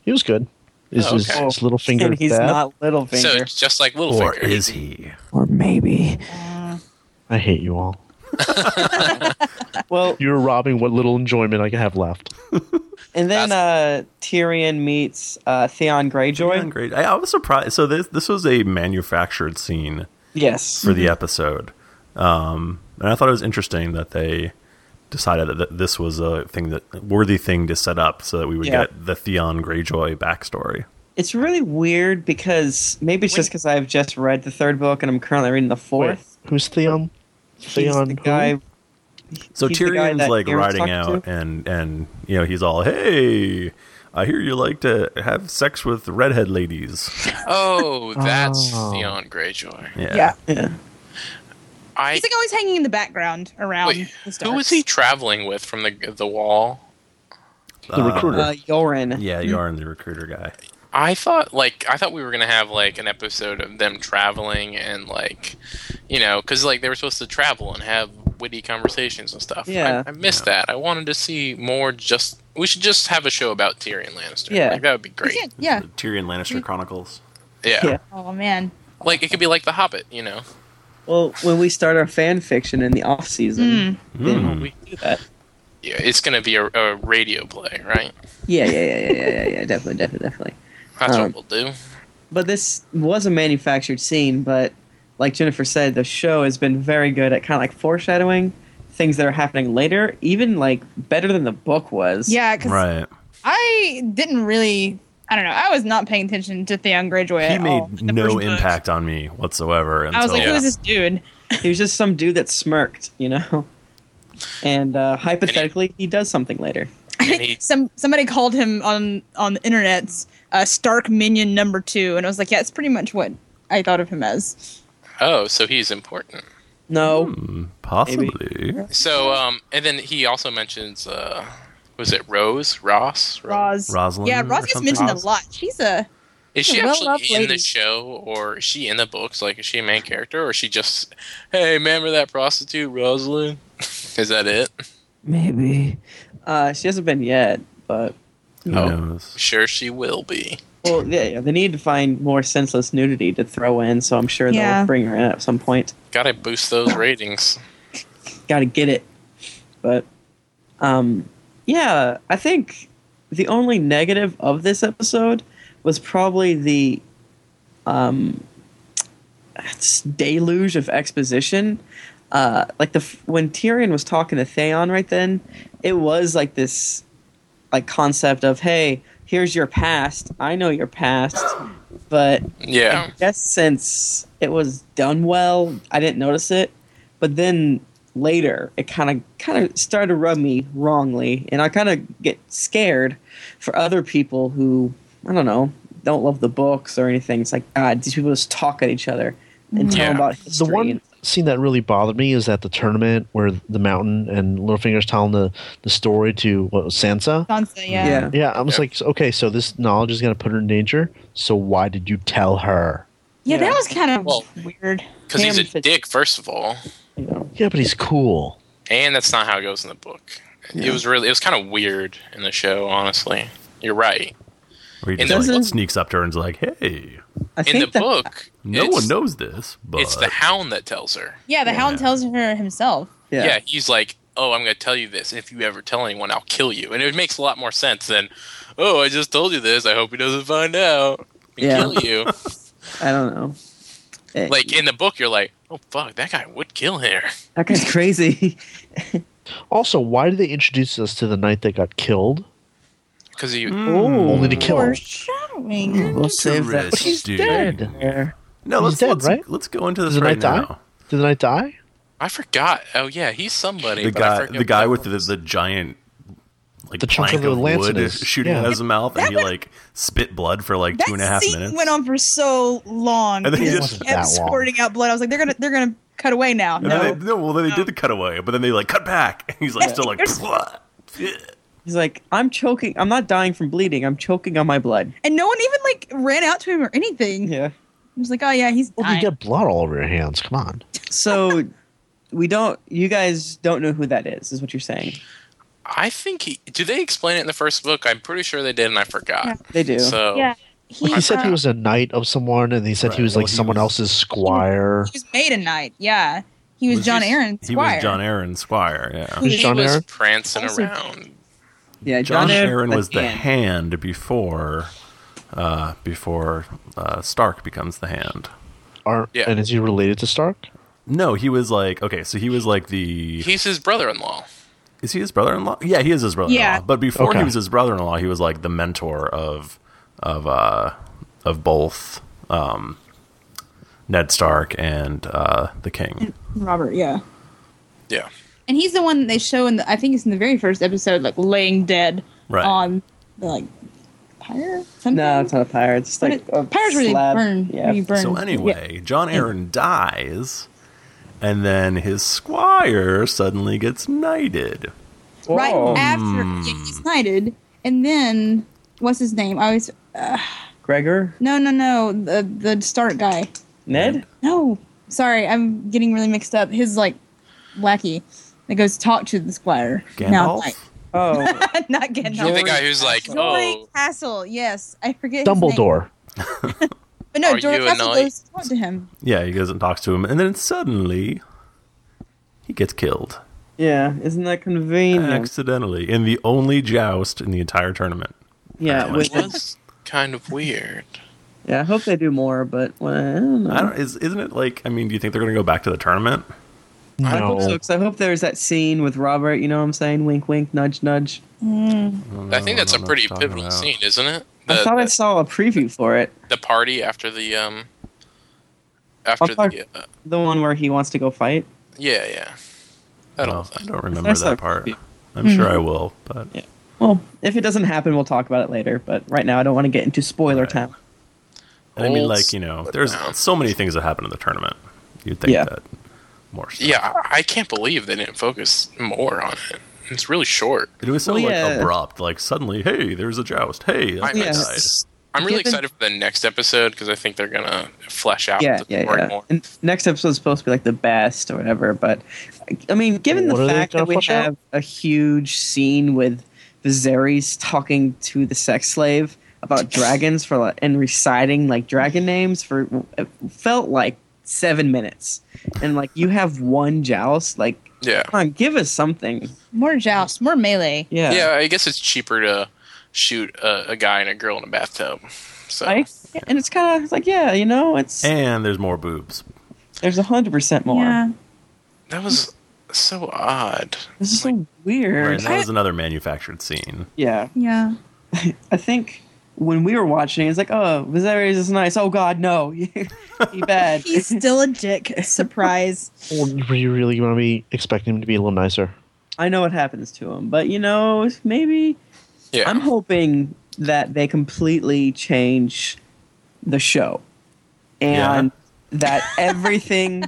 Speaker 2: he was good. Is,
Speaker 1: Oh,
Speaker 2: is-
Speaker 1: okay.
Speaker 2: is Littlefinger
Speaker 4: and he's
Speaker 2: bad?
Speaker 4: not
Speaker 1: So
Speaker 4: Littlefinger.
Speaker 1: it's just like
Speaker 5: Or
Speaker 1: Littlefinger,
Speaker 5: is he?
Speaker 4: or maybe.
Speaker 3: Uh,
Speaker 2: I hate you all.
Speaker 4: Well,
Speaker 2: You're robbing what little enjoyment I have left.
Speaker 4: and then uh, Tyrion meets uh, Theon Greyjoy.
Speaker 5: Doing Great. I, I was surprised. So this this was a manufactured scene
Speaker 4: Yes.
Speaker 5: for the episode, um, and I thought it was interesting that they decided that th- this was a thing that worthy thing to set up so that we would
Speaker 4: Yeah.
Speaker 5: get the Theon Greyjoy backstory.
Speaker 4: It's really weird because maybe it's just because I've just read the third book and I'm currently reading the
Speaker 2: Wait,
Speaker 4: fourth.
Speaker 2: who's Theon?
Speaker 4: He's
Speaker 2: Theon
Speaker 4: the
Speaker 2: who?
Speaker 4: guy.
Speaker 5: So
Speaker 4: he's the guy
Speaker 5: Tyrion's
Speaker 4: that
Speaker 5: like
Speaker 4: Daenerys
Speaker 5: riding
Speaker 4: talked
Speaker 5: out
Speaker 4: to.
Speaker 5: and and you know he's all hey. I hear you like to have sex with redhead ladies.
Speaker 1: Oh, that's
Speaker 2: Oh.
Speaker 1: Theon Greyjoy.
Speaker 5: Yeah.
Speaker 4: Yeah.
Speaker 1: I
Speaker 3: He's like always hanging in the background around.
Speaker 1: wait,
Speaker 3: the Starks.
Speaker 1: who was he traveling with from the the wall?
Speaker 2: The recruiter.
Speaker 4: Uh, Yoren.
Speaker 5: Um, Yeah, you are in the recruiter guy.
Speaker 1: I thought like I thought we were gonna have like an episode of them traveling and like you know because like they were supposed to travel and have witty conversations and stuff. I-
Speaker 4: Yeah.
Speaker 1: I, missed that. I wanted to see more. Just we should just have a show about Tyrion Lannister.
Speaker 4: Yeah.
Speaker 1: like, that would be
Speaker 3: You
Speaker 1: great.
Speaker 3: can't- Yeah.
Speaker 5: The Tyrion Lannister Chronicles.
Speaker 1: Yeah.
Speaker 4: Yeah.
Speaker 3: Oh man.
Speaker 1: like it could be like The Hobbit. You know,
Speaker 4: Well, when we start our fan fiction in the off
Speaker 3: Hmm.
Speaker 4: season,
Speaker 5: Mm.
Speaker 1: we,
Speaker 4: do that.
Speaker 1: yeah, it's gonna be a, a radio play, right?
Speaker 4: Yeah, yeah, yeah, yeah, yeah, yeah, yeah, definitely, definitely, definitely.
Speaker 1: That's
Speaker 4: Um,
Speaker 1: what we'll do.
Speaker 4: But this was a manufactured scene, but like Jennifer said, the show has been very good at kind of like foreshadowing things that are happening later, even like better than the book was.
Speaker 3: Yeah, because
Speaker 5: Right.
Speaker 3: I didn't really. I don't know. I was not paying attention to Theon Greyjoy.
Speaker 5: He
Speaker 3: at all
Speaker 5: made
Speaker 3: in the
Speaker 5: no
Speaker 3: first book.
Speaker 5: impact on me whatsoever. Until,
Speaker 3: I was like,
Speaker 1: Yeah.
Speaker 3: who is this <laughs> dude?
Speaker 4: He was just some dude that smirked, you know? And uh, hypothetically, he does something later.
Speaker 1: And he-
Speaker 3: Some somebody called him on on the internet's uh, Stark minion number two, and I was like, yeah, it's pretty much what I thought of him as.
Speaker 1: oh, so he's important.
Speaker 4: No,
Speaker 5: Hmm, possibly.
Speaker 1: So um, and then he also mentions uh, was it Rose Ross?
Speaker 3: Roz.
Speaker 5: Rosalind
Speaker 3: Yeah,
Speaker 5: or
Speaker 3: Roz gets
Speaker 5: something?
Speaker 3: mentioned
Speaker 4: Roz.
Speaker 3: a lot. She's a
Speaker 1: Is
Speaker 3: She's
Speaker 1: she
Speaker 3: a
Speaker 1: actually
Speaker 3: well-loved
Speaker 1: in the
Speaker 3: lady.
Speaker 1: show, or is she in the books? Like, is she a main character, or is she just, hey, remember that prostitute Rosalind? <laughs> is that it?
Speaker 4: maybe. Uh, she hasn't been yet, but.
Speaker 5: Who
Speaker 1: Oh.
Speaker 5: knows?
Speaker 1: Sure, she will be.
Speaker 4: Well, yeah, yeah, they need to find more senseless nudity to throw in, so I'm sure
Speaker 3: Yeah.
Speaker 4: they'll bring her in at some point.
Speaker 1: Gotta boost those ratings.
Speaker 4: got to get it. But um, yeah, I think the only negative of this episode was probably the um, it's deluge of exposition. Uh, like the f- when Tyrion was talking to Theon right then, it was like this like concept of hey, here's your past. I know your past, but
Speaker 1: Yeah,
Speaker 4: I guess since it was done well, I didn't notice it. But then later, it kind of kind of started to rub me wrongly, and I kind of get scared for other people who I don't know don't love the books or anything. It's like God, these people just talk at each other and tell
Speaker 1: Yeah.
Speaker 4: about
Speaker 2: the
Speaker 4: history.
Speaker 2: one scene that really bothered me is that the tournament where the mountain and Littlefinger's telling the, the story to what was Sansa.
Speaker 3: Sansa, yeah.
Speaker 4: yeah.
Speaker 2: Yeah, I was
Speaker 1: Yeah.
Speaker 2: like, okay, so this knowledge is going to put her in danger. So why did you tell her?
Speaker 3: Yeah,
Speaker 4: Yeah.
Speaker 3: that was kind of
Speaker 1: Well,
Speaker 3: weird.
Speaker 1: because he's
Speaker 4: Damn
Speaker 1: a
Speaker 4: fits-
Speaker 1: dick, first of all,
Speaker 4: you know.
Speaker 2: Yeah, but he's cool.
Speaker 1: and that's not how it goes in the book.
Speaker 4: Yeah.
Speaker 1: It was really, it was kind of weird in the show. Honestly, you're right.
Speaker 5: Where he
Speaker 1: It
Speaker 5: just like,
Speaker 4: doesn't-
Speaker 5: sneaks up to her and's like, hey,
Speaker 4: I
Speaker 1: In the
Speaker 4: that-
Speaker 1: book,
Speaker 5: no
Speaker 1: it's,
Speaker 5: one knows this, but
Speaker 1: It's the hound that tells her.
Speaker 3: Yeah, the Hound
Speaker 5: Yeah.
Speaker 3: tells her himself.
Speaker 1: Yeah. he's like, "Oh, I'm going to tell you this. If you ever tell anyone, I'll kill you." And it makes a lot more sense than, "Oh, I just told you this. I hope he doesn't find out and
Speaker 4: Yeah.
Speaker 1: kill you."
Speaker 4: <laughs> I don't know. Eh,
Speaker 1: like in the book, you're like, "Oh fuck, that guy would kill her."
Speaker 4: that guy's <laughs> crazy.
Speaker 2: Also, why did they introduce us to the knight that got killed?
Speaker 1: Because he,
Speaker 4: Mm.
Speaker 5: Hmm.
Speaker 2: Only to kill him.
Speaker 3: Foreshadowing.
Speaker 4: we'll save that.
Speaker 2: But he's
Speaker 5: Dude.
Speaker 2: dead.
Speaker 4: there.
Speaker 5: No,
Speaker 2: He's
Speaker 5: let's,
Speaker 2: dead,
Speaker 5: let's,
Speaker 2: right?
Speaker 5: let's go into this
Speaker 2: Does the
Speaker 5: right
Speaker 2: knight die?
Speaker 5: now.
Speaker 2: Did the knight die?
Speaker 1: I forgot. Oh yeah, he's somebody.
Speaker 5: The
Speaker 1: but I
Speaker 5: guy,
Speaker 1: forget
Speaker 5: the guy
Speaker 1: what
Speaker 5: with the, the giant, like
Speaker 2: The chunk
Speaker 5: plank
Speaker 2: of the
Speaker 5: wood
Speaker 2: lances.
Speaker 5: shooting
Speaker 2: Yeah.
Speaker 5: out of his mouth, and
Speaker 3: That
Speaker 5: he
Speaker 3: went-
Speaker 5: like spit blood for like
Speaker 3: That
Speaker 5: two and a half
Speaker 3: scene
Speaker 5: minutes.
Speaker 3: went on for so long.
Speaker 5: And then he
Speaker 3: It
Speaker 5: just-
Speaker 3: kept
Speaker 2: That long.
Speaker 3: squirting out blood. I was like, they're gonna they're gonna cut away now.
Speaker 5: And
Speaker 3: No.
Speaker 5: then they, no, well, then they did the cutaway, but then they like cut back, <laughs> and he's like still like.
Speaker 3: There's-
Speaker 5: "Blah."
Speaker 4: He's like, I'm choking. I'm not dying from bleeding. I'm choking on my blood. <laughs>
Speaker 3: And no one even like ran out to him or anything.
Speaker 4: Yeah.
Speaker 3: I was like, oh yeah, he's
Speaker 2: Well, you
Speaker 3: dying.
Speaker 2: get blood all over your hands. Come on.
Speaker 4: So we don't. You guys don't know who that is, is what you're saying.
Speaker 1: I think he. Do they explain it in the first book? I'm pretty sure they did, and I forgot.
Speaker 4: They do.
Speaker 1: So
Speaker 3: Yeah,
Speaker 2: He said
Speaker 3: uh,
Speaker 2: he was a knight of someone, and he said he
Speaker 5: Right,
Speaker 2: was like
Speaker 5: well, he
Speaker 2: someone
Speaker 5: was-
Speaker 2: else's squire.
Speaker 3: he was made a knight. Yeah, he was,
Speaker 5: Was
Speaker 3: John
Speaker 5: he-
Speaker 3: Aaron
Speaker 5: He
Speaker 3: Squire.
Speaker 5: was John Aaron Squire. Yeah.
Speaker 3: Who-
Speaker 1: he
Speaker 2: Who's John
Speaker 1: was
Speaker 2: Aaron?
Speaker 1: prancing
Speaker 3: Also-
Speaker 1: around.
Speaker 4: yeah,
Speaker 5: John Aaron was the
Speaker 4: hand.
Speaker 5: hand before, uh, before uh, Stark becomes the hand.
Speaker 2: Are,
Speaker 1: Yeah.
Speaker 2: And is he related to Stark?
Speaker 5: No, he was like okay, so he was like the
Speaker 1: He's his brother-in-law.
Speaker 5: Is he his brother-in-law? Yeah, he is his brother-in-law.
Speaker 3: Yeah.
Speaker 5: But before he
Speaker 2: Okay.
Speaker 5: was his brother-in-law, he was like the mentor of of uh of both um Ned Stark and uh the king.
Speaker 3: Robert, yeah.
Speaker 1: Yeah.
Speaker 3: And he's the one they show in the I think it's in the very first episode, like laying dead
Speaker 5: Right.
Speaker 3: on the like pyre? Something?
Speaker 4: No, it's not a pyre. It's just
Speaker 3: But
Speaker 4: like
Speaker 3: it-
Speaker 4: a
Speaker 3: pyre's where they
Speaker 4: slab.
Speaker 3: burn. where you
Speaker 4: Yeah.
Speaker 3: burn.
Speaker 5: So
Speaker 3: Yeah.
Speaker 5: anyway, John Aaron dies and then his squire suddenly gets knighted.
Speaker 3: right
Speaker 4: Whoa.
Speaker 3: after yeah,
Speaker 4: Hmm.
Speaker 3: he's knighted, and then what's his name? I always
Speaker 4: Gregor,
Speaker 3: no no no the the Stark guy.
Speaker 4: Ned.
Speaker 3: No, sorry, I'm getting really mixed up. His like lackey that goes talk to the squire. Now,
Speaker 5: Gandalf?
Speaker 3: like,
Speaker 4: Oh,
Speaker 3: <laughs> not getting
Speaker 1: You're the guy who's like,
Speaker 3: Jory
Speaker 1: oh,
Speaker 3: Castle. Yes, I forget his name.
Speaker 2: Dumbledore.
Speaker 3: But no,
Speaker 1: Are
Speaker 3: Jory
Speaker 1: you a
Speaker 3: Castle
Speaker 1: knight?
Speaker 3: goes to talk to him.
Speaker 5: Yeah, he goes and talks to him and then suddenly he gets killed
Speaker 4: yeah. Isn't that convenient?
Speaker 5: accidentally in the only joust in the entire tournament.
Speaker 4: Yeah.
Speaker 5: Excellent.
Speaker 1: which
Speaker 4: With
Speaker 1: was kind of weird.
Speaker 4: yeah. I hope they do more, but well, I don't know.
Speaker 5: I don't, is, isn't it like? I mean, do you think they're going to go back to the tournament?
Speaker 4: I hope so,
Speaker 2: No.
Speaker 4: 'cause I hope there's that scene with Robert. You know what I'm saying? Wink, wink, nudge, nudge.
Speaker 1: I think that's
Speaker 5: I
Speaker 1: a
Speaker 5: don't
Speaker 1: pretty
Speaker 5: know what you're talking
Speaker 1: pivotal
Speaker 5: about.
Speaker 1: scene, isn't it?
Speaker 4: I thought I
Speaker 1: The,
Speaker 4: saw a preview for it.
Speaker 1: the party after the um after
Speaker 4: What part?
Speaker 1: the uh,
Speaker 4: The one where he wants to go fight.
Speaker 1: yeah yeah. That
Speaker 5: No,
Speaker 1: whole
Speaker 5: I
Speaker 1: thing.
Speaker 5: don't remember
Speaker 4: That's Mm-hmm.
Speaker 5: that
Speaker 4: not-
Speaker 5: part. I'm sure I will, but
Speaker 4: Yeah. Well, if it doesn't happen, we'll talk about it later. But right now, I don't want to get into spoiler
Speaker 5: Right.
Speaker 4: time.
Speaker 5: and I mean,
Speaker 1: Old
Speaker 5: like you know, there's
Speaker 1: down.
Speaker 5: so many things that happen in the tournament. You'd think
Speaker 4: Yeah.
Speaker 5: that more. Stuff.
Speaker 1: Yeah, I, I can't believe they didn't focus more on it. It's really short.
Speaker 5: it was so
Speaker 4: Well,
Speaker 5: like
Speaker 4: yeah.
Speaker 5: abrupt. Like suddenly, hey, there's a joust. Hey,
Speaker 1: I-
Speaker 5: that guy
Speaker 4: Yeah.
Speaker 5: died.
Speaker 1: I'm really
Speaker 4: Given-
Speaker 1: excited for the next episode because I think they're gonna flesh out
Speaker 4: Yeah,
Speaker 1: the
Speaker 4: yeah,
Speaker 1: story
Speaker 4: yeah.
Speaker 1: more.
Speaker 4: And next episode's supposed to be like the best or whatever. But I mean, given
Speaker 2: What
Speaker 4: the
Speaker 2: are they
Speaker 4: fact
Speaker 2: gonna
Speaker 4: that we
Speaker 2: flush out?
Speaker 4: have a huge scene with Viserys talking to the sex slave about dragons for like, and reciting like dragon names for it felt like seven minutes, and like you have one joust. Like,
Speaker 1: Yeah.
Speaker 4: come on, give us something.
Speaker 3: More joust, more melee.
Speaker 4: Yeah.
Speaker 1: yeah, I guess it's cheaper to shoot a, a guy and a girl in a bathtub. So
Speaker 4: Like, and it's kind of like, yeah, you know, it's
Speaker 5: and there's more boobs.
Speaker 4: there's a hundred percent more.
Speaker 3: Yeah.
Speaker 1: that was so odd.
Speaker 4: This is so
Speaker 5: Right, and
Speaker 4: weird.
Speaker 5: that was another manufactured scene.
Speaker 4: Yeah,
Speaker 3: Yeah.
Speaker 4: I think when we were watching, it's like, oh, Viserys is nice. Oh God, no, <laughs> he bad.
Speaker 3: He's still a
Speaker 4: <laughs>
Speaker 3: dick. Surprise.
Speaker 2: Well, were you really going to be expecting him to be a little nicer?
Speaker 4: I know what happens to him, but you know, maybe
Speaker 1: Yeah.
Speaker 4: I'm hoping that they completely change the show and that everything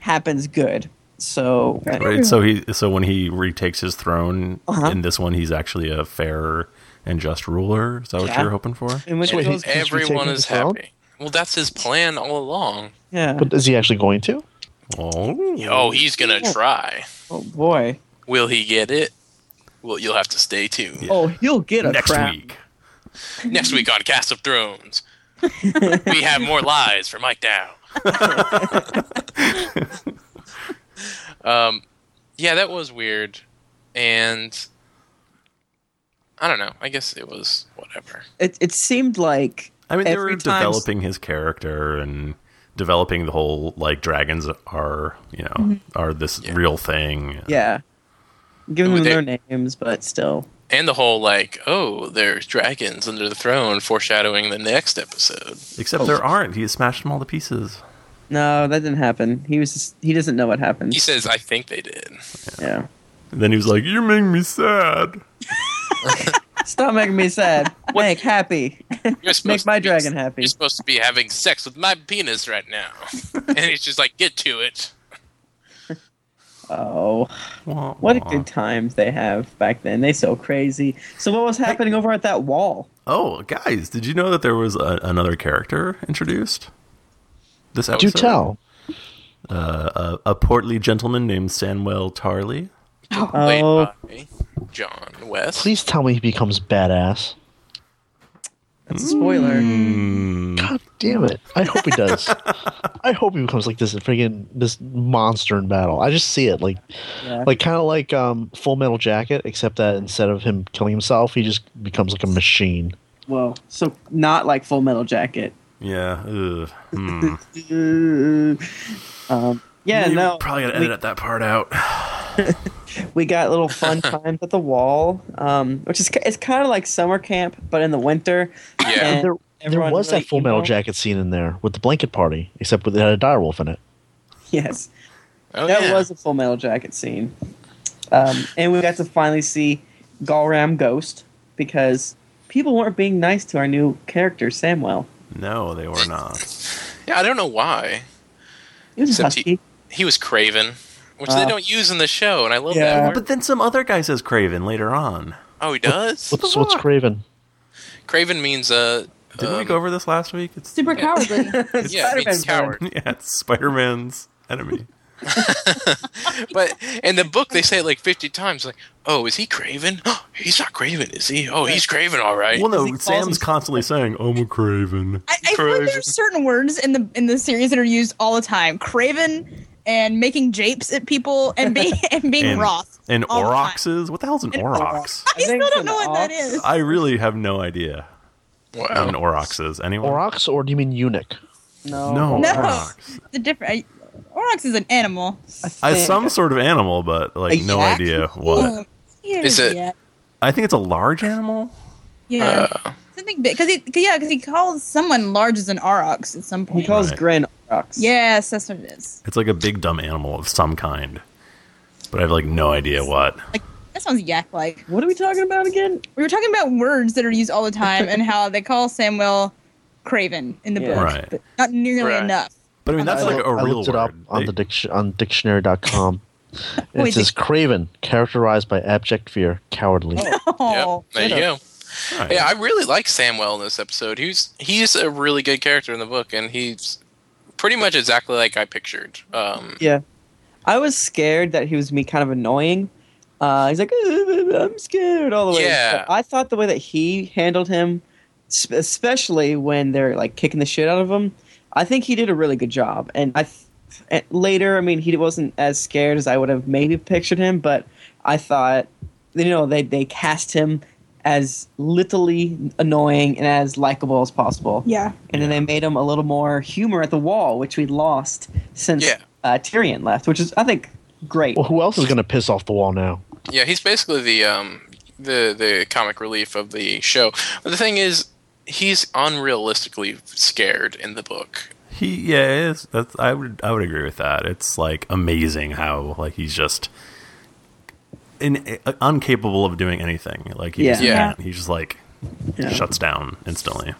Speaker 4: happens good. So
Speaker 5: Right. So he so when he retakes his throne
Speaker 4: Uh-huh.
Speaker 5: in this one, he's actually a fair and just ruler. Is that what
Speaker 4: Yeah.
Speaker 5: you're hoping for?
Speaker 4: in which
Speaker 2: So wait,
Speaker 4: goes,
Speaker 2: he's
Speaker 1: Everyone
Speaker 2: retaking
Speaker 1: is
Speaker 2: the throne?
Speaker 1: happy. Well, that's his plan all along.
Speaker 4: yeah,
Speaker 2: But is he actually going to?
Speaker 5: Oh,
Speaker 1: Oh, he's gonna
Speaker 4: Yeah.
Speaker 1: try.
Speaker 4: oh boy,
Speaker 1: Will he get it? Well, you'll have to stay tuned.
Speaker 5: Yeah.
Speaker 4: oh he'll get a
Speaker 5: next
Speaker 4: crown.
Speaker 5: week.
Speaker 1: Next week on Cast of Thrones, we have more lies for Mike Dow. um, yeah, that was weird, and I don't know. I guess it was whatever.
Speaker 4: It it seemed like
Speaker 5: I mean, they
Speaker 4: every
Speaker 5: were
Speaker 4: time-
Speaker 5: developing his character and developing the whole like dragons are you know are this
Speaker 1: Yeah.
Speaker 5: real thing.
Speaker 4: Mm-hmm. Yeah. Giving
Speaker 1: Would
Speaker 4: them
Speaker 1: they-
Speaker 4: their names, but still.
Speaker 1: And the whole like, oh, there's dragons under the throne, foreshadowing the next episode.
Speaker 5: Except there aren't. He smashed them all to pieces.
Speaker 4: No, that didn't happen. He was just, he doesn't know what happened.
Speaker 1: He says, "I think they did."
Speaker 4: yeah.
Speaker 5: And then he was like, "You're making me sad."
Speaker 4: Stop making me sad. Make happy.
Speaker 1: You're supposed
Speaker 4: my
Speaker 1: to be-
Speaker 4: dragon happy.
Speaker 1: You're supposed to be having sex with my penis right
Speaker 4: <laughs>
Speaker 1: now, and he's just like, "Get to it."
Speaker 4: Oh,
Speaker 5: Wah,
Speaker 4: what a
Speaker 5: wah.
Speaker 4: good times they have back then. They so crazy. So what was happening over at that wall?
Speaker 5: Oh, guys, did you know that there was a, another character introduced? This
Speaker 2: Do
Speaker 5: episode,
Speaker 2: tell.
Speaker 5: Uh, a, a portly gentleman named Samuel Tarley.
Speaker 1: Played
Speaker 4: Oh.
Speaker 1: by John West.
Speaker 2: Please tell me he becomes badass.
Speaker 4: That's a spoiler. Mm.
Speaker 2: God damn it! I hope he
Speaker 5: <laughs>
Speaker 2: does. I hope he becomes like this friggin' this monster in battle. I just see it like,
Speaker 4: Yeah.
Speaker 2: like kind of like um, Full Metal Jacket, except that instead of him killing himself, he just becomes like a machine.
Speaker 4: Whoa. So not like Full Metal Jacket.
Speaker 5: Yeah. Ugh.
Speaker 4: <laughs>
Speaker 5: Hmm.
Speaker 4: Uh, um, yeah,
Speaker 5: You
Speaker 4: no.
Speaker 5: Probably gotta edit that part out.
Speaker 4: we, We got little fun times at the wall, um, which is ki- it's kind of like summer camp, but in the winter.
Speaker 1: Yeah.
Speaker 4: And
Speaker 2: There, there
Speaker 4: everyone
Speaker 2: was
Speaker 4: really
Speaker 2: that Full Metal
Speaker 4: emo.
Speaker 2: Jacket scene in there with the blanket party, except with it had a direwolf in it.
Speaker 4: Yes,
Speaker 1: Oh,
Speaker 4: that
Speaker 1: yeah.
Speaker 4: was a Full Metal Jacket scene, um, and we got to finally see Galram Ghost because people weren't being nice to our new character Samwell.
Speaker 5: No, they were not.
Speaker 1: yeah, I don't know why.
Speaker 4: He was
Speaker 1: Except
Speaker 4: husky.
Speaker 1: he- He was Craven, which they
Speaker 4: Uh,
Speaker 1: don't use in the show, and I love
Speaker 4: yeah.
Speaker 1: that. word.
Speaker 5: But then some other guy says Craven later on.
Speaker 1: Oh, he
Speaker 4: <laughs>
Speaker 1: does?
Speaker 2: What's, what's Craven?
Speaker 1: Craven means, uh.
Speaker 5: Didn't we
Speaker 1: um,
Speaker 5: go over this last week? It's <laughs>
Speaker 1: <laughs>
Speaker 3: Super cowardly.
Speaker 1: Yeah, it means
Speaker 4: Spider-Man's villain.
Speaker 1: coward.
Speaker 5: yeah, it's Spider Man's enemy.
Speaker 1: But in the book, they say it like 50 times, like, oh, is he Craven? <gasps> he's not Craven, is he? Oh, he's Craven, all right.
Speaker 5: Well,
Speaker 4: He
Speaker 5: no,
Speaker 4: calls
Speaker 5: Sam's
Speaker 4: himself-
Speaker 5: constantly saying, "I'm a Craven."
Speaker 3: I, I feel like
Speaker 1: Craven.
Speaker 3: there's certain words in the in the series that are used all the time. Craven and making japes at people and
Speaker 5: <laughs>
Speaker 3: being and being
Speaker 5: And-
Speaker 3: Roth.
Speaker 5: And
Speaker 3: all the time.
Speaker 5: Oroxes? What the hell's an Orox?
Speaker 4: I
Speaker 3: I still
Speaker 4: think it's
Speaker 3: don't
Speaker 4: an
Speaker 3: know what that
Speaker 4: ox.
Speaker 3: is.
Speaker 5: I really have no idea what an
Speaker 1: Wow.
Speaker 5: Orox is. Anyone?
Speaker 2: Orox, or do you mean eunuch?
Speaker 4: No,
Speaker 5: No,
Speaker 3: No.
Speaker 5: Orox.
Speaker 3: The different Orox is an animal.
Speaker 5: I,
Speaker 4: thing.
Speaker 5: some sort of animal, but like
Speaker 4: A
Speaker 5: no
Speaker 4: yak?
Speaker 5: idea what.
Speaker 3: Um, here's
Speaker 1: Is it-
Speaker 3: Yeah.
Speaker 5: I think it's a large animal.
Speaker 3: yeah.
Speaker 1: Uh,
Speaker 3: Something big, because he, cause, yeah, because he calls someone large as an Aurochs at some
Speaker 4: he
Speaker 3: point.
Speaker 4: calls
Speaker 5: Right.
Speaker 4: Grin Orox.
Speaker 3: yes, that's what it is.
Speaker 5: It's like a big dumb animal of some kind, but I have like no idea what.
Speaker 3: Like that sounds yak-like.
Speaker 4: What are we talking about again?
Speaker 3: We were talking about words that are used all the time and how they call Samuel Craven in the
Speaker 4: Yeah.
Speaker 3: book,
Speaker 5: Right.
Speaker 3: but not nearly
Speaker 1: Right.
Speaker 3: enough.
Speaker 5: But I mean, that's
Speaker 2: I
Speaker 5: like
Speaker 2: look-
Speaker 5: a
Speaker 2: I
Speaker 5: real
Speaker 2: looked it up
Speaker 5: word.
Speaker 2: on
Speaker 5: They-
Speaker 2: the dic- on dictionary.com. and
Speaker 3: Wait,
Speaker 2: it says Craven, characterized by abject fear, cowardly.
Speaker 3: <laughs> Oh,
Speaker 1: yep, there you go.
Speaker 5: Right.
Speaker 1: Yeah, I really like Samwell in this episode. He's he's a really good character in the book, and he's pretty much exactly like I pictured. Um,
Speaker 4: Yeah. I was scared that he was me kind of annoying. Uh, he's like, "Uh, I'm scared all the way.
Speaker 1: Yeah.
Speaker 4: But I thought the way that he handled him, sp- especially when they're like kicking the shit out of him, I think he did a really good job. And I, th- and later, I mean, he wasn't as scared as I would have maybe pictured him, but I thought, you know, they, they cast him as literally annoying and as likable as possible.
Speaker 3: yeah.
Speaker 4: And then they made him a little more humor at the wall, which we lost since
Speaker 1: Yeah.
Speaker 4: uh, Tyrion left, which is, I think, great.
Speaker 2: Well, who else is going to piss off the wall now?
Speaker 1: Yeah, he's basically the um the the comic relief of the show. But the thing is, he's unrealistically scared in the book.
Speaker 5: He yeah, it is. That's, I would I would agree with that. It's like amazing how like he's just in, uh, incapable of doing anything. Like he just
Speaker 4: Yeah.
Speaker 1: Yeah.
Speaker 5: can't. He just like
Speaker 4: Yeah.
Speaker 5: shuts down instantly.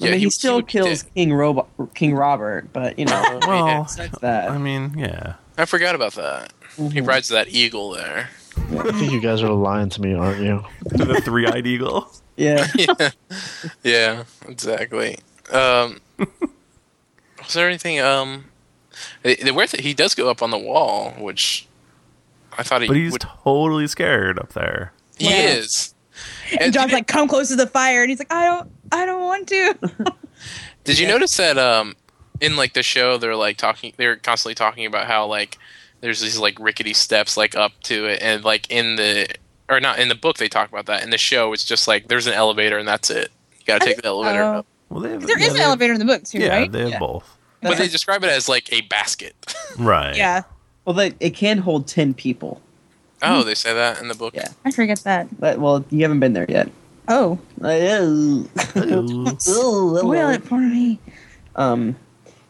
Speaker 4: I mean, he, still
Speaker 1: would be
Speaker 4: kills
Speaker 1: dead.
Speaker 4: King, Robo- King Robert, but, you
Speaker 1: <laughs>
Speaker 4: know,
Speaker 5: Well,
Speaker 4: besides that.
Speaker 5: I mean, yeah.
Speaker 1: I forgot about that. He
Speaker 4: Mm-hmm.
Speaker 1: rides that eagle there.
Speaker 2: I think you guys are lying to me, aren't you?
Speaker 5: the
Speaker 4: <laughs>
Speaker 5: three-eyed eagle.
Speaker 4: yeah.
Speaker 1: Yeah, exactly. Um, <laughs> was there anything? Um, the the weird thing, he does go up on the wall, which I thought he
Speaker 5: But he's
Speaker 1: would.
Speaker 5: totally scared up there.
Speaker 1: He
Speaker 3: Yeah.
Speaker 1: is.
Speaker 3: And John's
Speaker 1: did,
Speaker 3: like, "Come close to the fire," and he's like, "I don't, I don't want
Speaker 5: <laughs>
Speaker 3: to."
Speaker 1: did you notice that? Um, in like the show, they're like talking. They're constantly talking about how like there's these like rickety steps like up to it, and like in the or not in the book they talk about that. In the show, it's just like there's an elevator and that's it. You got to take the elevator
Speaker 3: Oh.
Speaker 1: up.
Speaker 5: Well, they have,
Speaker 3: There
Speaker 5: yeah,
Speaker 3: is
Speaker 5: they
Speaker 3: an
Speaker 5: have-
Speaker 3: elevator in the book too,
Speaker 5: Yeah,
Speaker 3: right?
Speaker 5: they have
Speaker 4: Yeah.
Speaker 5: both.
Speaker 1: But they describe it as like a basket. <laughs>
Speaker 5: Right.
Speaker 3: yeah,
Speaker 4: Well, they, it can hold 10 people.
Speaker 1: oh, they say that in the book.
Speaker 4: Yeah.
Speaker 3: I forget that.
Speaker 4: But, well, you haven't been there yet.
Speaker 3: Oh,
Speaker 4: Ew. <laughs>
Speaker 5: Ooh.
Speaker 3: spoil it for me.
Speaker 4: Um,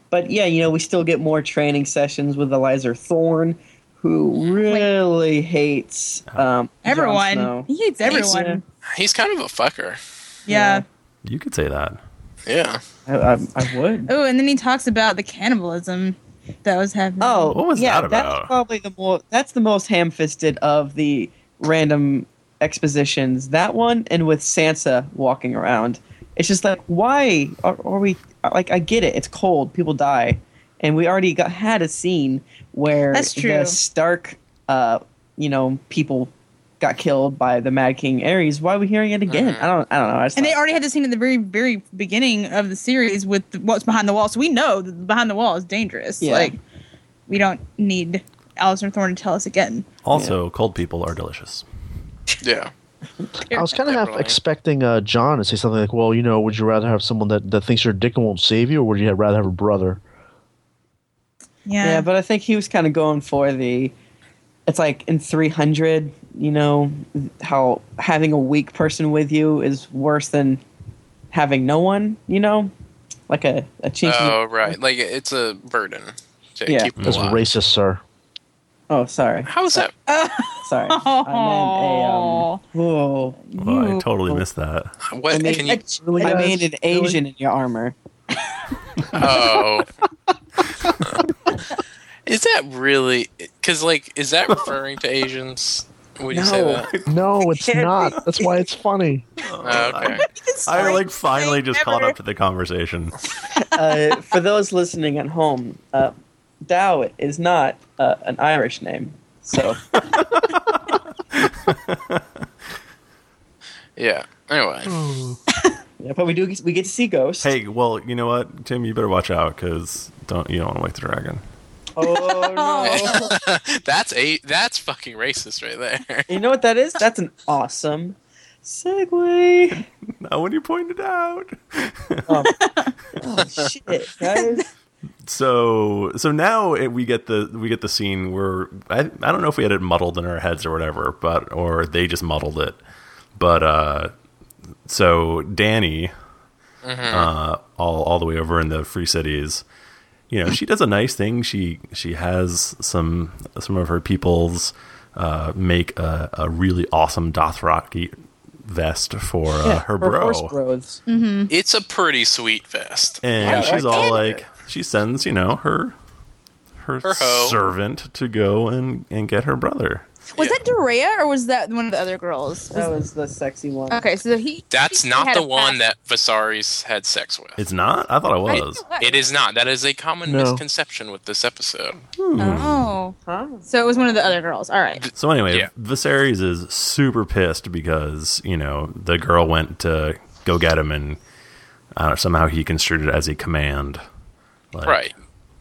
Speaker 4: but yeah, you know, we still get more training sessions with Eliza Thorne, who really hates um, Jon
Speaker 3: Everyone,
Speaker 4: Snow.
Speaker 3: he hates everyone.
Speaker 4: Yeah.
Speaker 1: He's kind of a fucker.
Speaker 3: yeah.
Speaker 5: You could say that.
Speaker 1: Yeah.
Speaker 4: I, I, I would.
Speaker 3: Oh, and then he talks about the cannibalism that was happening.
Speaker 4: Oh,
Speaker 5: What was
Speaker 4: yeah,
Speaker 5: that about?
Speaker 4: That's probably the more. That's the most ham-fisted of the random expositions. That one, and with Sansa walking around, it's just like, why are, are we? Like, I get it. It's cold. People die, and we already got had a scene where
Speaker 3: That's
Speaker 4: the
Speaker 3: true.
Speaker 4: Stark, uh, you know, people got killed by the Mad King Ares. Why are we hearing it again? I don't. I don't know. I just
Speaker 3: Mm-hmm. and they
Speaker 4: thought-
Speaker 3: already had the scene at the very, very beginning of the series with the- what's behind the wall. So we know that behind the wall is dangerous.
Speaker 4: Yeah.
Speaker 3: Like, we don't need Alistair Thorne to tell us again.
Speaker 5: Also, cold people are delicious.
Speaker 1: Yeah.
Speaker 2: I was kind of half
Speaker 1: Definitely.
Speaker 2: expecting uh, John to say something like, well, you know, would you rather have someone that, that thinks your dick and won't save you, or would you rather have a brother?
Speaker 3: Yeah. <laughs>
Speaker 4: Yeah, but I think he was kind of going for the it's like in 300 you know how having a weak person with you is worse than having no one you know like a, a chink in-
Speaker 1: Oh, right. Like it's a burden to
Speaker 4: Yeah.
Speaker 1: keep them
Speaker 2: That's
Speaker 1: alive.
Speaker 2: racist, sir.
Speaker 4: oh sorry
Speaker 1: How is that?
Speaker 4: sorry
Speaker 3: <laughs>
Speaker 4: i meant a um, whoa
Speaker 5: Well, Oh, I
Speaker 3: You-
Speaker 5: totally missed that.
Speaker 1: What
Speaker 4: I mean,
Speaker 1: can
Speaker 4: I
Speaker 1: you?
Speaker 4: mean i mean an asian in your armor
Speaker 1: Oh. <laughs> is that really? Because like, is that referring to Asians? Would you say
Speaker 4: No.
Speaker 1: that?
Speaker 2: <laughs> No, it's not. That's why it's funny.
Speaker 1: Oh, okay.
Speaker 5: I like finally
Speaker 3: thing
Speaker 5: just caught
Speaker 3: ever.
Speaker 5: up to the conversation.
Speaker 4: uh, for those listening at home uh, dow is not uh, an irish name so <laughs>
Speaker 1: Yeah. Anyway.
Speaker 4: yeah, but we do we get to see ghosts
Speaker 5: Hey, well, you know what, Tim? You better watch out because don't you don't want to wake the dragon.
Speaker 4: oh <laughs> no
Speaker 1: that's a that's fucking racist right there.
Speaker 4: You know what that is? That's an awesome segue.
Speaker 5: Not when you point it out.
Speaker 4: Oh, shit, guys.
Speaker 5: So, so now it, we get the we get the scene where I I don't know if we had it muddled in our heads or whatever, but or they just muddled it. But uh, so Danny, uh, all all the way over in the Free Cities, you know, she does a nice thing. She she has some some of her peoples uh, make a, a really awesome Dothraki vest for uh,
Speaker 4: Yeah,
Speaker 5: her
Speaker 4: or
Speaker 5: bro.
Speaker 4: horse bros.
Speaker 1: It's a pretty sweet vest.
Speaker 5: and
Speaker 4: Yeah,
Speaker 5: she's
Speaker 4: like-
Speaker 5: all like she sends you know her her,
Speaker 1: Her hoe.
Speaker 5: servant to go and and get her brother
Speaker 3: Was
Speaker 1: Yeah.
Speaker 3: that Dorea or was that one of the other girls?
Speaker 4: That was the sexy one.
Speaker 2: Uh,
Speaker 3: okay, so he.
Speaker 1: That's
Speaker 3: he
Speaker 1: not
Speaker 3: had
Speaker 1: the
Speaker 3: a
Speaker 1: one
Speaker 3: past-
Speaker 1: that Viserys had sex with.
Speaker 5: it's not i thought it
Speaker 3: I
Speaker 5: was
Speaker 3: thought-
Speaker 1: It is not. That is a common
Speaker 2: No.
Speaker 1: misconception with this episode.
Speaker 3: Oh,
Speaker 4: Huh?
Speaker 3: so it was one of the other girls. All right.
Speaker 5: Hmm. so anyway
Speaker 1: Yeah.
Speaker 5: viserys is super pissed because you know the girl went to go get him and uh, somehow he construed it as a command like,
Speaker 1: Right.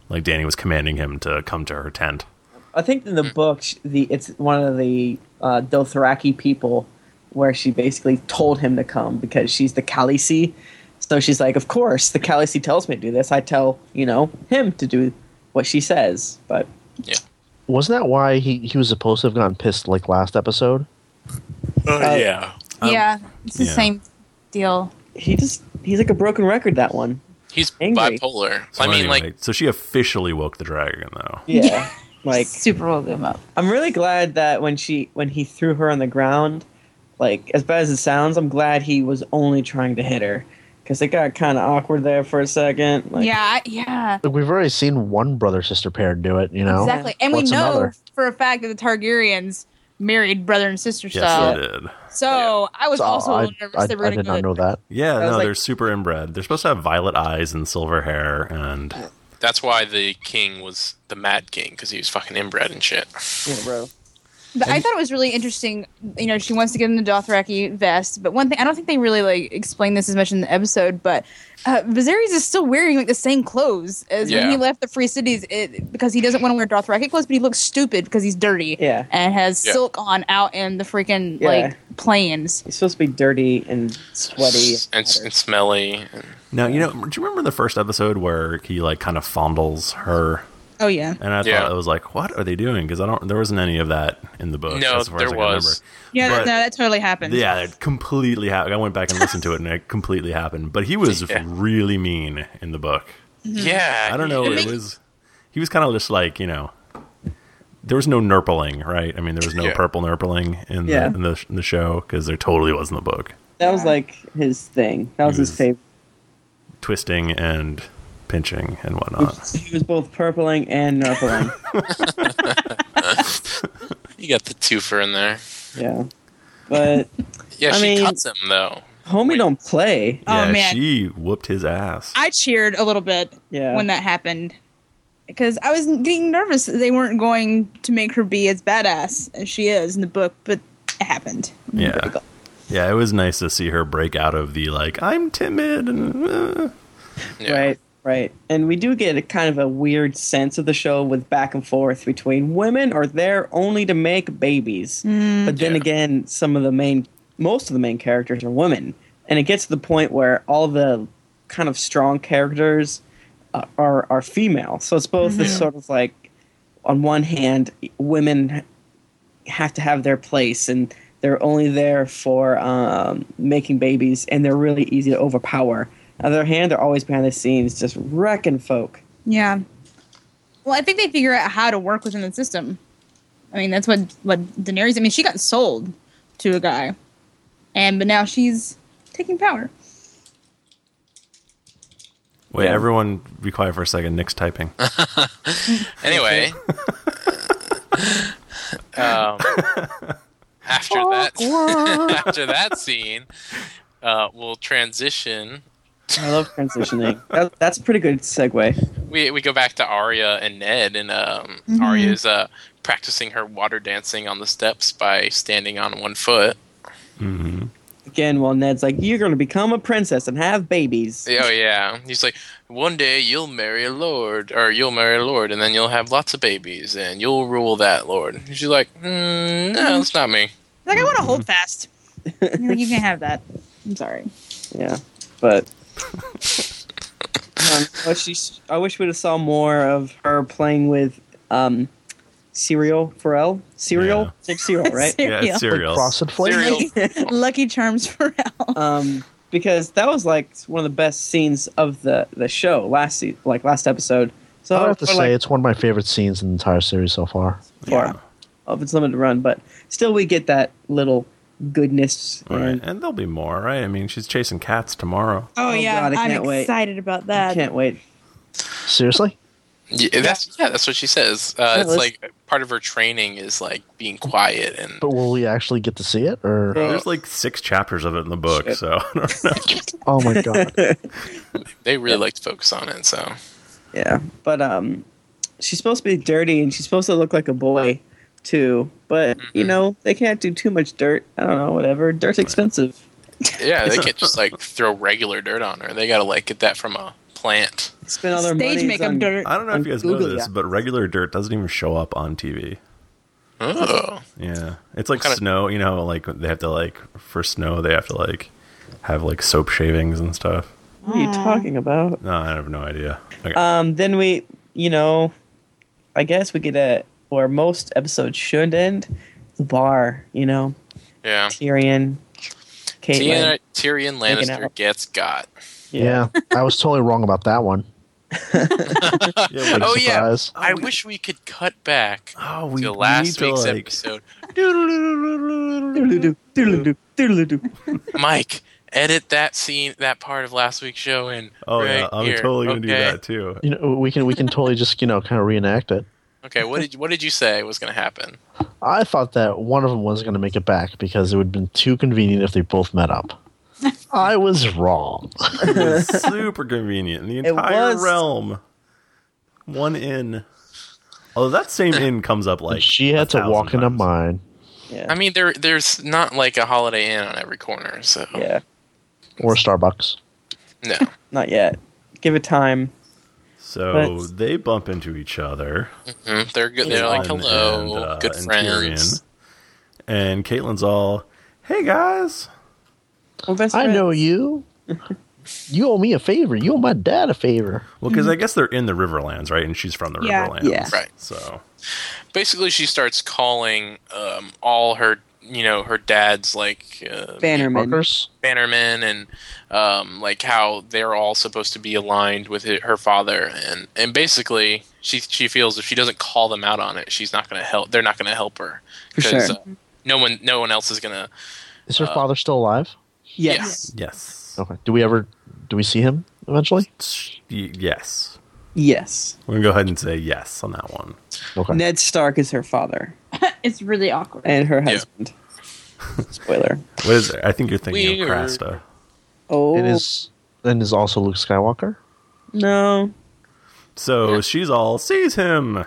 Speaker 5: like danny was commanding him to come to her tent
Speaker 4: I think in the book, sh- the it's one of the uh, Dothraki people where she basically told him to come because she's the Khaleesi. So she's like, of course, the Khaleesi tells me to do this. I tell you know him to do what she says, but
Speaker 2: Wasn't that why he, he was supposed to have gotten pissed like last episode?
Speaker 4: Uh,
Speaker 1: Oh, yeah.
Speaker 2: Um,
Speaker 3: yeah, it's the
Speaker 5: yeah.
Speaker 3: same deal.
Speaker 4: he just he's like a broken record that one.
Speaker 1: He's
Speaker 4: Angry.
Speaker 1: bipolar.
Speaker 5: so
Speaker 1: I mean,
Speaker 5: anyway,
Speaker 1: like,
Speaker 5: so she officially woke the dragon though
Speaker 4: Yeah, <laughs> like
Speaker 3: super will them up.
Speaker 4: I'm really glad that when she when he threw her on the ground, like as bad as it sounds, I'm glad he was only trying to hit her because it got kind of awkward there for a second. Like,
Speaker 3: yeah, I- yeah,
Speaker 2: Like, we've already seen one brother sister pair do it, you know?
Speaker 3: exactly. And we
Speaker 2: What's
Speaker 3: know
Speaker 2: another?
Speaker 3: for a fact that the Targaryens married brother and sister
Speaker 5: yes
Speaker 3: style.
Speaker 5: it did
Speaker 3: So I was
Speaker 2: So
Speaker 3: also a
Speaker 2: I,
Speaker 3: little nervous
Speaker 2: I-
Speaker 3: they were
Speaker 2: I
Speaker 3: going to
Speaker 2: did
Speaker 3: go.
Speaker 2: not know that.
Speaker 5: Yeah,
Speaker 4: was
Speaker 5: no,
Speaker 4: like-
Speaker 5: they're super inbred. They're supposed to have violet eyes and silver hair, and
Speaker 1: that's why the king was the Mad King because he was fucking inbred and shit.
Speaker 4: yeah, bro.
Speaker 3: But I thought it was really interesting. You know, she wants to get in the Dothraki vest, but one thing I don't think they really like explain this as much in the episode. But uh, Viserys is still wearing like the same clothes as
Speaker 1: Yeah.
Speaker 3: when he left the Free Cities it, because he doesn't want to wear Dothraki clothes, but he looks stupid because he's dirty
Speaker 4: Yeah.
Speaker 3: and has
Speaker 1: Yeah.
Speaker 3: silk on out in the freaking
Speaker 4: Yeah.
Speaker 3: like plains.
Speaker 4: He's supposed to be dirty and sweaty.
Speaker 1: S- and, s- and smelly.
Speaker 4: Mm-hmm.
Speaker 1: And,
Speaker 5: now you know. Do you remember the first episode where he like kind of fondles her?
Speaker 3: Oh yeah,
Speaker 5: And I
Speaker 1: Yeah.
Speaker 5: thought I was like, what are they doing? Because I don't. There wasn't any of that in the book.
Speaker 1: No,
Speaker 5: as far
Speaker 1: there
Speaker 5: as I can
Speaker 1: was.
Speaker 3: yeah,
Speaker 5: But- no,
Speaker 3: that totally happened.
Speaker 5: Remember. Yeah, it completely happened. I went back and listened to it, and it completely happened. But he was
Speaker 1: Yeah.
Speaker 5: really mean in the book.
Speaker 1: Yeah.
Speaker 5: I don't know. It
Speaker 1: makes-
Speaker 5: was. He was kind of just like you know. There was no nurpling, right? I mean, there was no
Speaker 1: Yeah.
Speaker 5: purple nurpling in
Speaker 4: Yeah.
Speaker 5: the in the, in the show because there totally was in the book.
Speaker 4: That was like his thing. That was
Speaker 5: He
Speaker 4: his
Speaker 5: was-
Speaker 4: favorite.
Speaker 5: twisting and pinching and whatnot.
Speaker 4: He was both
Speaker 3: <laughs>
Speaker 4: purpling and nurpling.
Speaker 1: You got the twofer in there.
Speaker 4: yeah, but
Speaker 1: Yeah,
Speaker 4: I
Speaker 1: she
Speaker 4: mean-
Speaker 1: cuts him though.
Speaker 4: homie
Speaker 1: Wait.
Speaker 4: don't play.
Speaker 3: Oh,
Speaker 5: yeah,
Speaker 3: man.
Speaker 5: she whooped his ass.
Speaker 3: I cheered a little bit
Speaker 4: Yeah.
Speaker 3: when that happened because I was getting nervous that they weren't going to make her be as badass as she is in the book, but it happened.
Speaker 5: yeah, yeah, it was nice to see her break out of the like I'm timid and uh,
Speaker 1: Yeah.
Speaker 4: Right, right. And we do get a kind of a weird sense of the show with back and forth between women are there only to make babies. but then
Speaker 1: Yeah.
Speaker 4: again, some of the main, most of the main characters are women. And it gets to the point where all the kind of strong characters uh, are, are female. So it's both this sort of like, on one hand, women have to have their place and they're only there for um, making babies and they're really easy to overpower. On the other hand, they're always behind the scenes just wrecking folk.
Speaker 3: Yeah. Well, I think they figure out how to work within the system. I mean, that's what what Daenerys. I mean, she got sold to a guy, and but now she's taking power.
Speaker 5: Wait,
Speaker 4: Yeah.
Speaker 5: everyone, be quiet for a second.
Speaker 3: <laughs>
Speaker 5: Nick's typing.
Speaker 1: Anyway.
Speaker 5: <laughs>
Speaker 1: um, after that <laughs> after that scene, uh, we'll transition.
Speaker 4: I love transitioning. that, that's a pretty good segue.
Speaker 1: We we go back to Arya and Ned and um
Speaker 4: Mm-hmm.
Speaker 1: Arya's uh practicing her water dancing on the steps by standing on one foot.
Speaker 4: Again, while Ned's like, "You're going to become a princess and have babies."
Speaker 1: Oh yeah. He's like, One day you'll marry a lord or you'll marry a lord and then you'll have lots of babies and you'll rule that lord. And she's like, mm, no, it's not me.
Speaker 3: Like, I want to hold
Speaker 5: Mm-hmm.
Speaker 3: fast. You're like, you can't have that. I'm sorry.
Speaker 4: Yeah, but <laughs> um, I wish she- I wish we'd have saw more of her playing with um, cereal Pharrell. Cereal,
Speaker 5: Yeah.
Speaker 4: It's
Speaker 3: <laughs>
Speaker 4: cereal, right?
Speaker 5: yeah, it's cereal.
Speaker 2: Frosted Flakes.
Speaker 1: Cereal.
Speaker 3: Lucky, Lucky Charms for Al.
Speaker 4: um, because that was like one of the best scenes of the the show last se- like last episode. So
Speaker 2: I would have to
Speaker 4: or,
Speaker 2: say
Speaker 4: like,
Speaker 2: it's one of my favorite scenes in the entire series so far.
Speaker 4: far of Oh, its limited run, but still we get that little goodness.
Speaker 5: Right.
Speaker 4: and
Speaker 5: And there'll be more, right? I mean, she's chasing cats tomorrow.
Speaker 3: Oh, yeah,
Speaker 4: God, I
Speaker 3: I'm
Speaker 4: can't wait.
Speaker 3: excited about
Speaker 4: I
Speaker 3: that.
Speaker 4: can't wait.
Speaker 2: Seriously?
Speaker 1: Yeah, that's yeah, that's what she says. Uh,
Speaker 4: Yeah,
Speaker 1: it's
Speaker 4: let's-
Speaker 1: like part of her training is like being quiet and
Speaker 2: But will we actually get to see it? Or <laughs>
Speaker 4: Yeah.
Speaker 5: There's like six chapters of it in the book,
Speaker 4: Shit.
Speaker 5: so <laughs> I don't know.
Speaker 2: oh my god,
Speaker 1: they really like to focus on it. So
Speaker 4: Yeah, but um, she's supposed to be dirty and she's supposed to look like a boy too. But
Speaker 2: Mm-hmm.
Speaker 4: you know they can't do too much dirt. I don't know, whatever. Dirt's expensive.
Speaker 1: yeah, they can't just like throw regular dirt on her. They gotta like get that from a plant.
Speaker 4: Spend all their
Speaker 3: Stage
Speaker 4: money
Speaker 3: makeup
Speaker 4: on
Speaker 3: dirt.
Speaker 5: I don't know if
Speaker 4: On
Speaker 5: you guys
Speaker 4: Google,
Speaker 5: know this,
Speaker 4: yeah.
Speaker 5: but regular dirt doesn't even show up on TV.
Speaker 1: Oh,
Speaker 5: Yeah, it's like
Speaker 1: Kinda-
Speaker 5: snow. You know, like they have to like for snow they have to like have like soap shavings and stuff.
Speaker 4: What are you talking about?
Speaker 5: No, I have no idea. Okay.
Speaker 1: Uh,
Speaker 4: Um, then we, you know, I guess we get a where most episodes should end. The bar, you know,
Speaker 1: yeah.
Speaker 4: Tyrion,
Speaker 1: Tyrion,
Speaker 4: Caitlyn.
Speaker 1: Tyrion
Speaker 4: Making
Speaker 1: Lannister
Speaker 4: out.
Speaker 1: gets got.
Speaker 2: yeah, I was totally wrong about that one.
Speaker 5: yeah,
Speaker 1: oh yeah,
Speaker 2: surprise.
Speaker 1: I wish we could cut back
Speaker 5: oh, we
Speaker 1: to
Speaker 5: we
Speaker 1: last
Speaker 5: need to,
Speaker 1: week's
Speaker 5: like-
Speaker 1: episode.
Speaker 4: Doodle-doo, doodle-doo, doodle-doo.
Speaker 1: Mike, edit that scene, that part of last week's show, and
Speaker 5: Oh yeah, I'm totally gonna do that too.
Speaker 2: You know, we can we can totally just you know kind of reenact it.
Speaker 1: Okay, what did what did you say was gonna happen?
Speaker 2: I thought that one of them was going to make it back because it would have been too convenient if they both met up. I was wrong.
Speaker 5: It was super convenient. The entire
Speaker 4: was.
Speaker 5: realm, one inn. Although that same inn comes up
Speaker 2: <laughs>
Speaker 5: like
Speaker 2: she had to
Speaker 5: thousand
Speaker 2: walk into
Speaker 5: times.
Speaker 2: mine.
Speaker 4: Yeah,
Speaker 1: I mean, there there's not like a Holiday Inn on every corner, so
Speaker 4: yeah,
Speaker 2: Or Starbucks.
Speaker 1: no.
Speaker 4: not yet. Give it time.
Speaker 5: So
Speaker 4: But-
Speaker 5: they bump into each other.
Speaker 1: Mm, They're good. They're like,
Speaker 5: Caitlyn
Speaker 1: hello,
Speaker 5: and, uh,
Speaker 1: good
Speaker 5: and
Speaker 1: friends.
Speaker 5: Tyrion. And Caitlin's all, "Hey guys,
Speaker 4: We're best
Speaker 2: I
Speaker 4: friends.
Speaker 2: know you. You owe me a favor. You owe my dad a favor.
Speaker 5: well, because I guess they're in the Riverlands, right? And she's from the
Speaker 3: Yeah.
Speaker 5: Riverlands,
Speaker 4: Yeah.
Speaker 1: Right.
Speaker 5: So
Speaker 1: Basically, she starts calling um, all her, you know, her dad's like uh,
Speaker 4: Bannerman.
Speaker 2: Fuckers.
Speaker 1: bannermen and um, like how they're all supposed to be aligned with hi- her father, and and basically she she feels if she doesn't call them out on it, she's not going to help. They're not going to help her
Speaker 4: For sure.
Speaker 1: uh, no one no one else is going to.
Speaker 2: Is her father still alive?
Speaker 4: Yes.
Speaker 5: yes,
Speaker 2: Okay. Do we ever do we see him eventually?
Speaker 5: Y- yes,
Speaker 4: Yes.
Speaker 5: we're gonna go ahead and say yes on that one.
Speaker 2: Okay.
Speaker 4: Ned Stark is her father
Speaker 3: It's really awkward.
Speaker 4: and her husband.
Speaker 2: <laughs>
Speaker 4: Spoiler.
Speaker 5: What is it? I think you're thinking
Speaker 1: Weird.
Speaker 5: of Crasta.
Speaker 4: Oh,
Speaker 2: And is and is also Luke Skywalker?
Speaker 4: no.
Speaker 5: So
Speaker 1: Yeah.
Speaker 5: she's all sees him,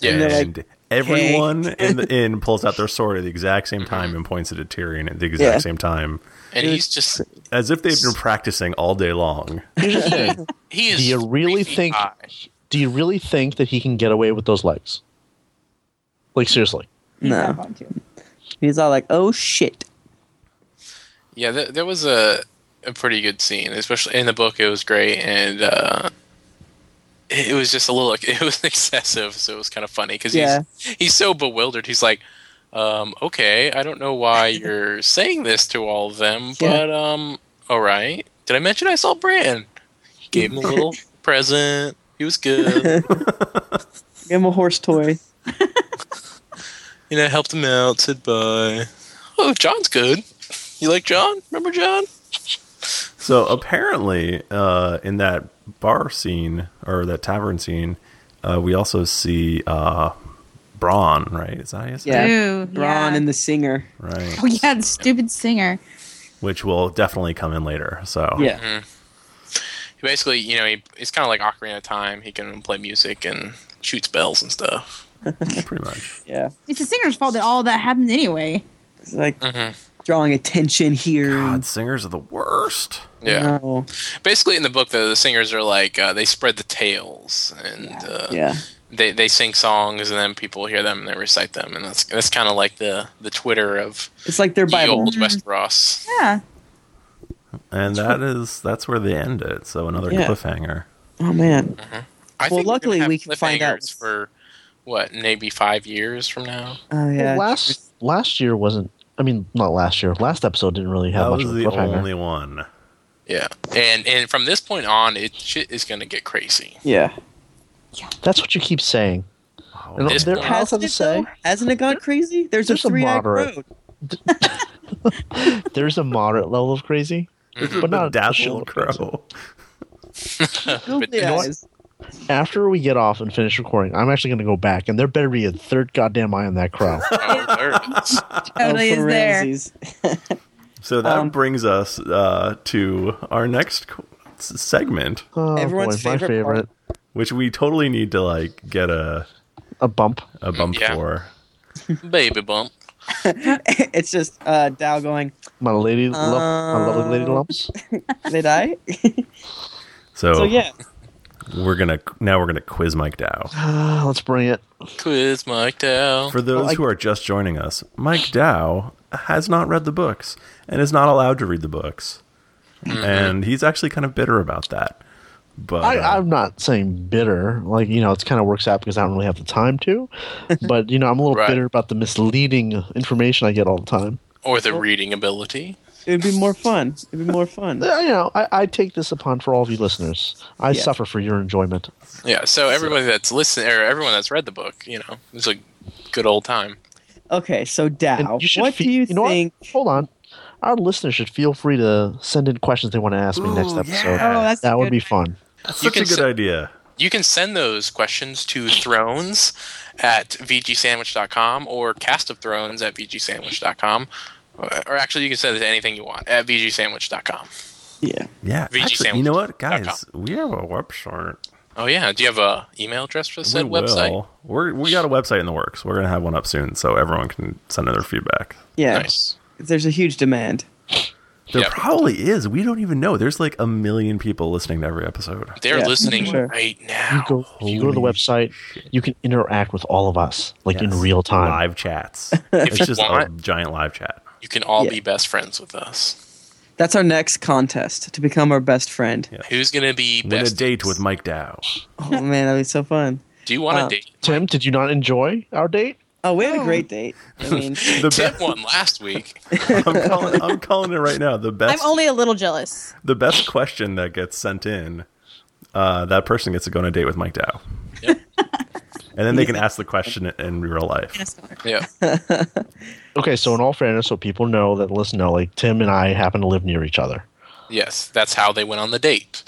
Speaker 1: Yeah,
Speaker 4: And they're like,
Speaker 5: and everyone in the
Speaker 4: <laughs>
Speaker 5: inn pulls out their sword at the exact same time and points it at Tyrion at the exact
Speaker 4: Mm-hmm. Yeah.
Speaker 5: same time,
Speaker 1: and he's just
Speaker 5: as if they've been practicing all day long.
Speaker 2: Here's the
Speaker 5: <laughs>
Speaker 2: thing.
Speaker 1: he is.
Speaker 2: Do you really
Speaker 1: three feet
Speaker 2: think-
Speaker 1: high.
Speaker 2: Do you really think that he can get away with those legs? Like seriously.
Speaker 3: He's not
Speaker 4: No.
Speaker 3: going to.
Speaker 4: He's all like, oh shit.
Speaker 1: Yeah, that, that was a a pretty good scene, especially in the book. It was great, and uh, <laughs> it it was just a little. It was excessive, so it was kind of funny because
Speaker 4: Yeah.
Speaker 1: he's he's so bewildered. He's like, um, okay, I don't know
Speaker 4: <laughs>
Speaker 1: why you're saying this to all of them,
Speaker 4: Yeah.
Speaker 1: but um, all right. Did I mention I saw Bran? Gave him a
Speaker 4: <laughs>
Speaker 1: little present. He was good.
Speaker 4: Give him a horse toy.
Speaker 1: You know, helped him out. Said bye. Oh, John's good. You like John? Remember John?
Speaker 4: <laughs>
Speaker 5: So apparently, uh, in that bar scene or that tavern scene, uh, we also see uh, Braun. Right? Is that his
Speaker 4: Yeah.
Speaker 5: name?
Speaker 3: Ooh,
Speaker 4: Braun
Speaker 3: yeah.
Speaker 4: and the singer.
Speaker 5: Right.
Speaker 3: Oh yeah, the stupid singer.
Speaker 5: Which will definitely come in later. So
Speaker 4: Yeah.
Speaker 1: He basically, you know, he, he's kind of like Ocarina of Time. He can play music and shoot spells and stuff.
Speaker 5: pretty much.
Speaker 4: Yeah.
Speaker 3: It's the singer's fault that all that happened anyway.
Speaker 4: It's like
Speaker 1: Mhm.
Speaker 4: drawing attention here.
Speaker 5: God, singers are the worst.
Speaker 1: Yeah.
Speaker 4: No.
Speaker 1: Basically, in the book, though, the singers are like uh, they spread the tales and uh,
Speaker 4: Yeah.
Speaker 1: they they sing songs and then people hear them and they recite them and that's that's kind of like the the Twitter of
Speaker 4: It's like their
Speaker 1: ye
Speaker 4: Bible. Mm-hmm.
Speaker 1: old Westeros.
Speaker 3: Yeah.
Speaker 5: And that is that's where they end it. So another
Speaker 4: Yeah.
Speaker 5: cliffhanger.
Speaker 4: Oh man.
Speaker 1: I
Speaker 4: Well,
Speaker 1: think we're
Speaker 4: luckily
Speaker 1: gonna have
Speaker 4: we can find out-
Speaker 1: cliffhangers for what maybe five years from now.
Speaker 4: Oh yeah.
Speaker 2: last last year wasn't. I mean, not last year. Last episode didn't really have
Speaker 5: that
Speaker 2: much
Speaker 5: was
Speaker 2: of a
Speaker 5: the
Speaker 2: cliffhanger.
Speaker 5: only one.
Speaker 1: Yeah, and and from this point on, it shit is gonna get crazy.
Speaker 4: Yeah.
Speaker 2: That's what you keep saying.
Speaker 5: Oh,
Speaker 2: And
Speaker 1: This
Speaker 2: there,
Speaker 1: one.
Speaker 2: I'll have
Speaker 4: Hasn't
Speaker 2: to
Speaker 4: it,
Speaker 2: say,
Speaker 4: though? Hasn't it gone crazy? There's,
Speaker 2: there's
Speaker 4: a
Speaker 2: a
Speaker 4: three-eyed
Speaker 2: moderate-
Speaker 4: road.
Speaker 2: there's a moderate level of crazy,
Speaker 5: This
Speaker 2: but
Speaker 5: is
Speaker 2: not
Speaker 5: the
Speaker 2: a
Speaker 5: dazzled
Speaker 2: shield crazy.
Speaker 5: crow.
Speaker 1: <laughs> But
Speaker 4: Yeah,
Speaker 1: then-
Speaker 4: it's-
Speaker 2: After we get off and finish recording, I'm actually going to go back, and there better be a third goddamn eye on that crow.
Speaker 1: oh, there it is.
Speaker 3: Totally
Speaker 4: oh,
Speaker 3: is
Speaker 4: for
Speaker 3: there.
Speaker 4: realsies.
Speaker 5: So that
Speaker 4: Um,
Speaker 5: brings us uh, to our next qu- s- segment,
Speaker 2: Oh,
Speaker 4: Everyone's
Speaker 2: boy, my
Speaker 4: favorite part.
Speaker 2: favorite.
Speaker 5: which we totally need to like get a
Speaker 2: A bump.
Speaker 5: a bump
Speaker 1: Yeah.
Speaker 5: for.
Speaker 1: <laughs> baby bump.
Speaker 4: <laughs> it's just uh, Dow going.
Speaker 2: My lady, lump, my lovely lady
Speaker 4: Um,
Speaker 2: lumps. <sighs>
Speaker 4: Did I? <laughs>
Speaker 5: So,
Speaker 4: so yeah.
Speaker 5: we're gonna now we're gonna quiz Mike Dow.
Speaker 2: Ah, let's bring it.
Speaker 1: Quiz Mike Dow.
Speaker 5: For those
Speaker 2: I-
Speaker 5: who are just joining us, Mike Dow has not read the books and is not allowed to read the books,
Speaker 1: Mm-hmm.
Speaker 5: and he's actually kind of bitter about that. But
Speaker 2: I,
Speaker 5: uh,
Speaker 2: I'm not saying bitter. Like, you know, it's kind of works out because I don't really have the time to. But, you know, I'm a little
Speaker 1: Right.
Speaker 2: bitter about the misleading information I get all the time.
Speaker 1: or the reading ability.
Speaker 4: It'd be more fun. It'd be more fun.
Speaker 2: Uh, You know, I, I take this upon for all of you listeners. I
Speaker 4: Yeah.
Speaker 2: suffer for your enjoyment.
Speaker 1: Yeah, so everybody that's listening or everyone that's read the book, you know, it's a good old time.
Speaker 4: Okay, so Dow,
Speaker 2: And you should
Speaker 4: what
Speaker 2: fe-
Speaker 4: do you,
Speaker 2: you know what?
Speaker 4: think?
Speaker 2: Hold on. Our listeners should feel free to send in questions they want to ask me next
Speaker 5: Ooh,
Speaker 2: episode.
Speaker 5: yeah.
Speaker 3: Oh, that's
Speaker 2: that
Speaker 3: a
Speaker 2: would
Speaker 3: good
Speaker 2: be
Speaker 3: one.
Speaker 2: fun.
Speaker 5: that's
Speaker 1: you
Speaker 5: such a
Speaker 1: can
Speaker 5: good
Speaker 1: s-
Speaker 5: idea.
Speaker 1: You can send those questions to thrones at vgsandwich.com or cast of thrones at vgsandwich.com. Or- Or actually, you can send it to anything you want at vgsandwich.com.
Speaker 4: Yeah.
Speaker 5: Yeah,
Speaker 1: VG
Speaker 5: actually, you know what,
Speaker 1: sandwich.com.
Speaker 5: guys, we have a website.
Speaker 1: Oh, yeah. Do you have a email address for
Speaker 5: we
Speaker 1: said website?
Speaker 5: Will. We're, we got a website in the works. We're gonna have one up soon, so everyone can send in their feedback.
Speaker 4: Yeah.
Speaker 1: Nice.
Speaker 4: There's a huge demand.
Speaker 5: There
Speaker 1: Yep.
Speaker 5: probably is. We don't even know. There's like a million people listening to every episode.
Speaker 1: They're
Speaker 4: Yeah,
Speaker 1: listening
Speaker 4: sure.
Speaker 1: right
Speaker 2: You
Speaker 1: now.
Speaker 2: go, you go to the
Speaker 5: Holy
Speaker 2: website, you can interact with all of us, like in
Speaker 5: Yes.
Speaker 2: real time.
Speaker 5: Live
Speaker 2: <laughs>
Speaker 5: chats.
Speaker 1: If you
Speaker 5: it's just a
Speaker 1: want.
Speaker 5: giant live chat.
Speaker 1: You can all
Speaker 4: Yeah.
Speaker 1: be best friends with us.
Speaker 4: That's our next contest to become our best friend.
Speaker 5: Yeah.
Speaker 1: Who's going to be
Speaker 5: Win a
Speaker 1: best?
Speaker 5: date with Mike Dow.
Speaker 4: Oh man, that'd be so fun.
Speaker 1: Do you want
Speaker 4: Uh,
Speaker 1: a date?
Speaker 2: Tim, did you not enjoy our date?
Speaker 4: Oh, we had a
Speaker 3: Oh.
Speaker 4: great date. I
Speaker 2: <laughs>
Speaker 4: mean,
Speaker 5: The
Speaker 1: Tim
Speaker 5: best,
Speaker 1: won last week.
Speaker 5: I'm, calling, I'm calling it right now. The best,
Speaker 3: a little jealous.
Speaker 5: the best question that gets sent in, uh, that person gets to go on a date with Mike Dow.
Speaker 1: Yep.
Speaker 5: <laughs> And then they can ask the question in real life.
Speaker 1: Yeah.
Speaker 2: Okay, so in all fairness, so people know that listen, know, like Tim and I happen to live near each other.
Speaker 1: Yes, that's how they went on the date.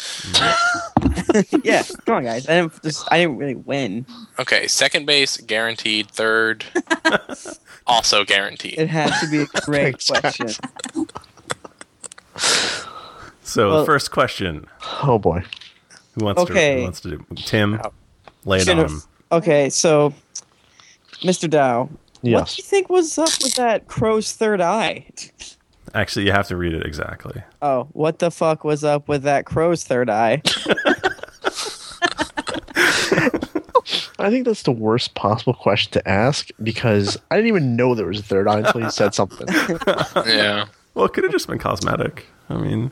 Speaker 4: yeah. Come on, guys. I didn't. Just, I didn't really win.
Speaker 1: Okay, second base guaranteed.
Speaker 5: <laughs>
Speaker 1: Third, also
Speaker 4: It
Speaker 1: guaranteed.
Speaker 4: had to
Speaker 2: <laughs>
Speaker 4: be a great
Speaker 2: Thanks,
Speaker 4: question.
Speaker 5: So
Speaker 4: Well-
Speaker 5: the first question:
Speaker 2: Oh boy,
Speaker 5: Who wants to?
Speaker 4: Okay.
Speaker 5: Who wants to do? Tim, lay it on
Speaker 4: Jennifer-
Speaker 5: him.
Speaker 4: Okay, so, Mr. Dow, what do
Speaker 2: yes.
Speaker 4: you think was up with that crow's third eye?
Speaker 5: Actually, you have to read it exactly.
Speaker 4: Oh, what the fuck was up with that crow's third eye?
Speaker 2: I think that's the worst possible question to ask because I didn't even know there was a third eye until you
Speaker 1: <laughs>
Speaker 2: said something.
Speaker 1: Yeah.
Speaker 5: Well, it could have just been cosmetic. I mean,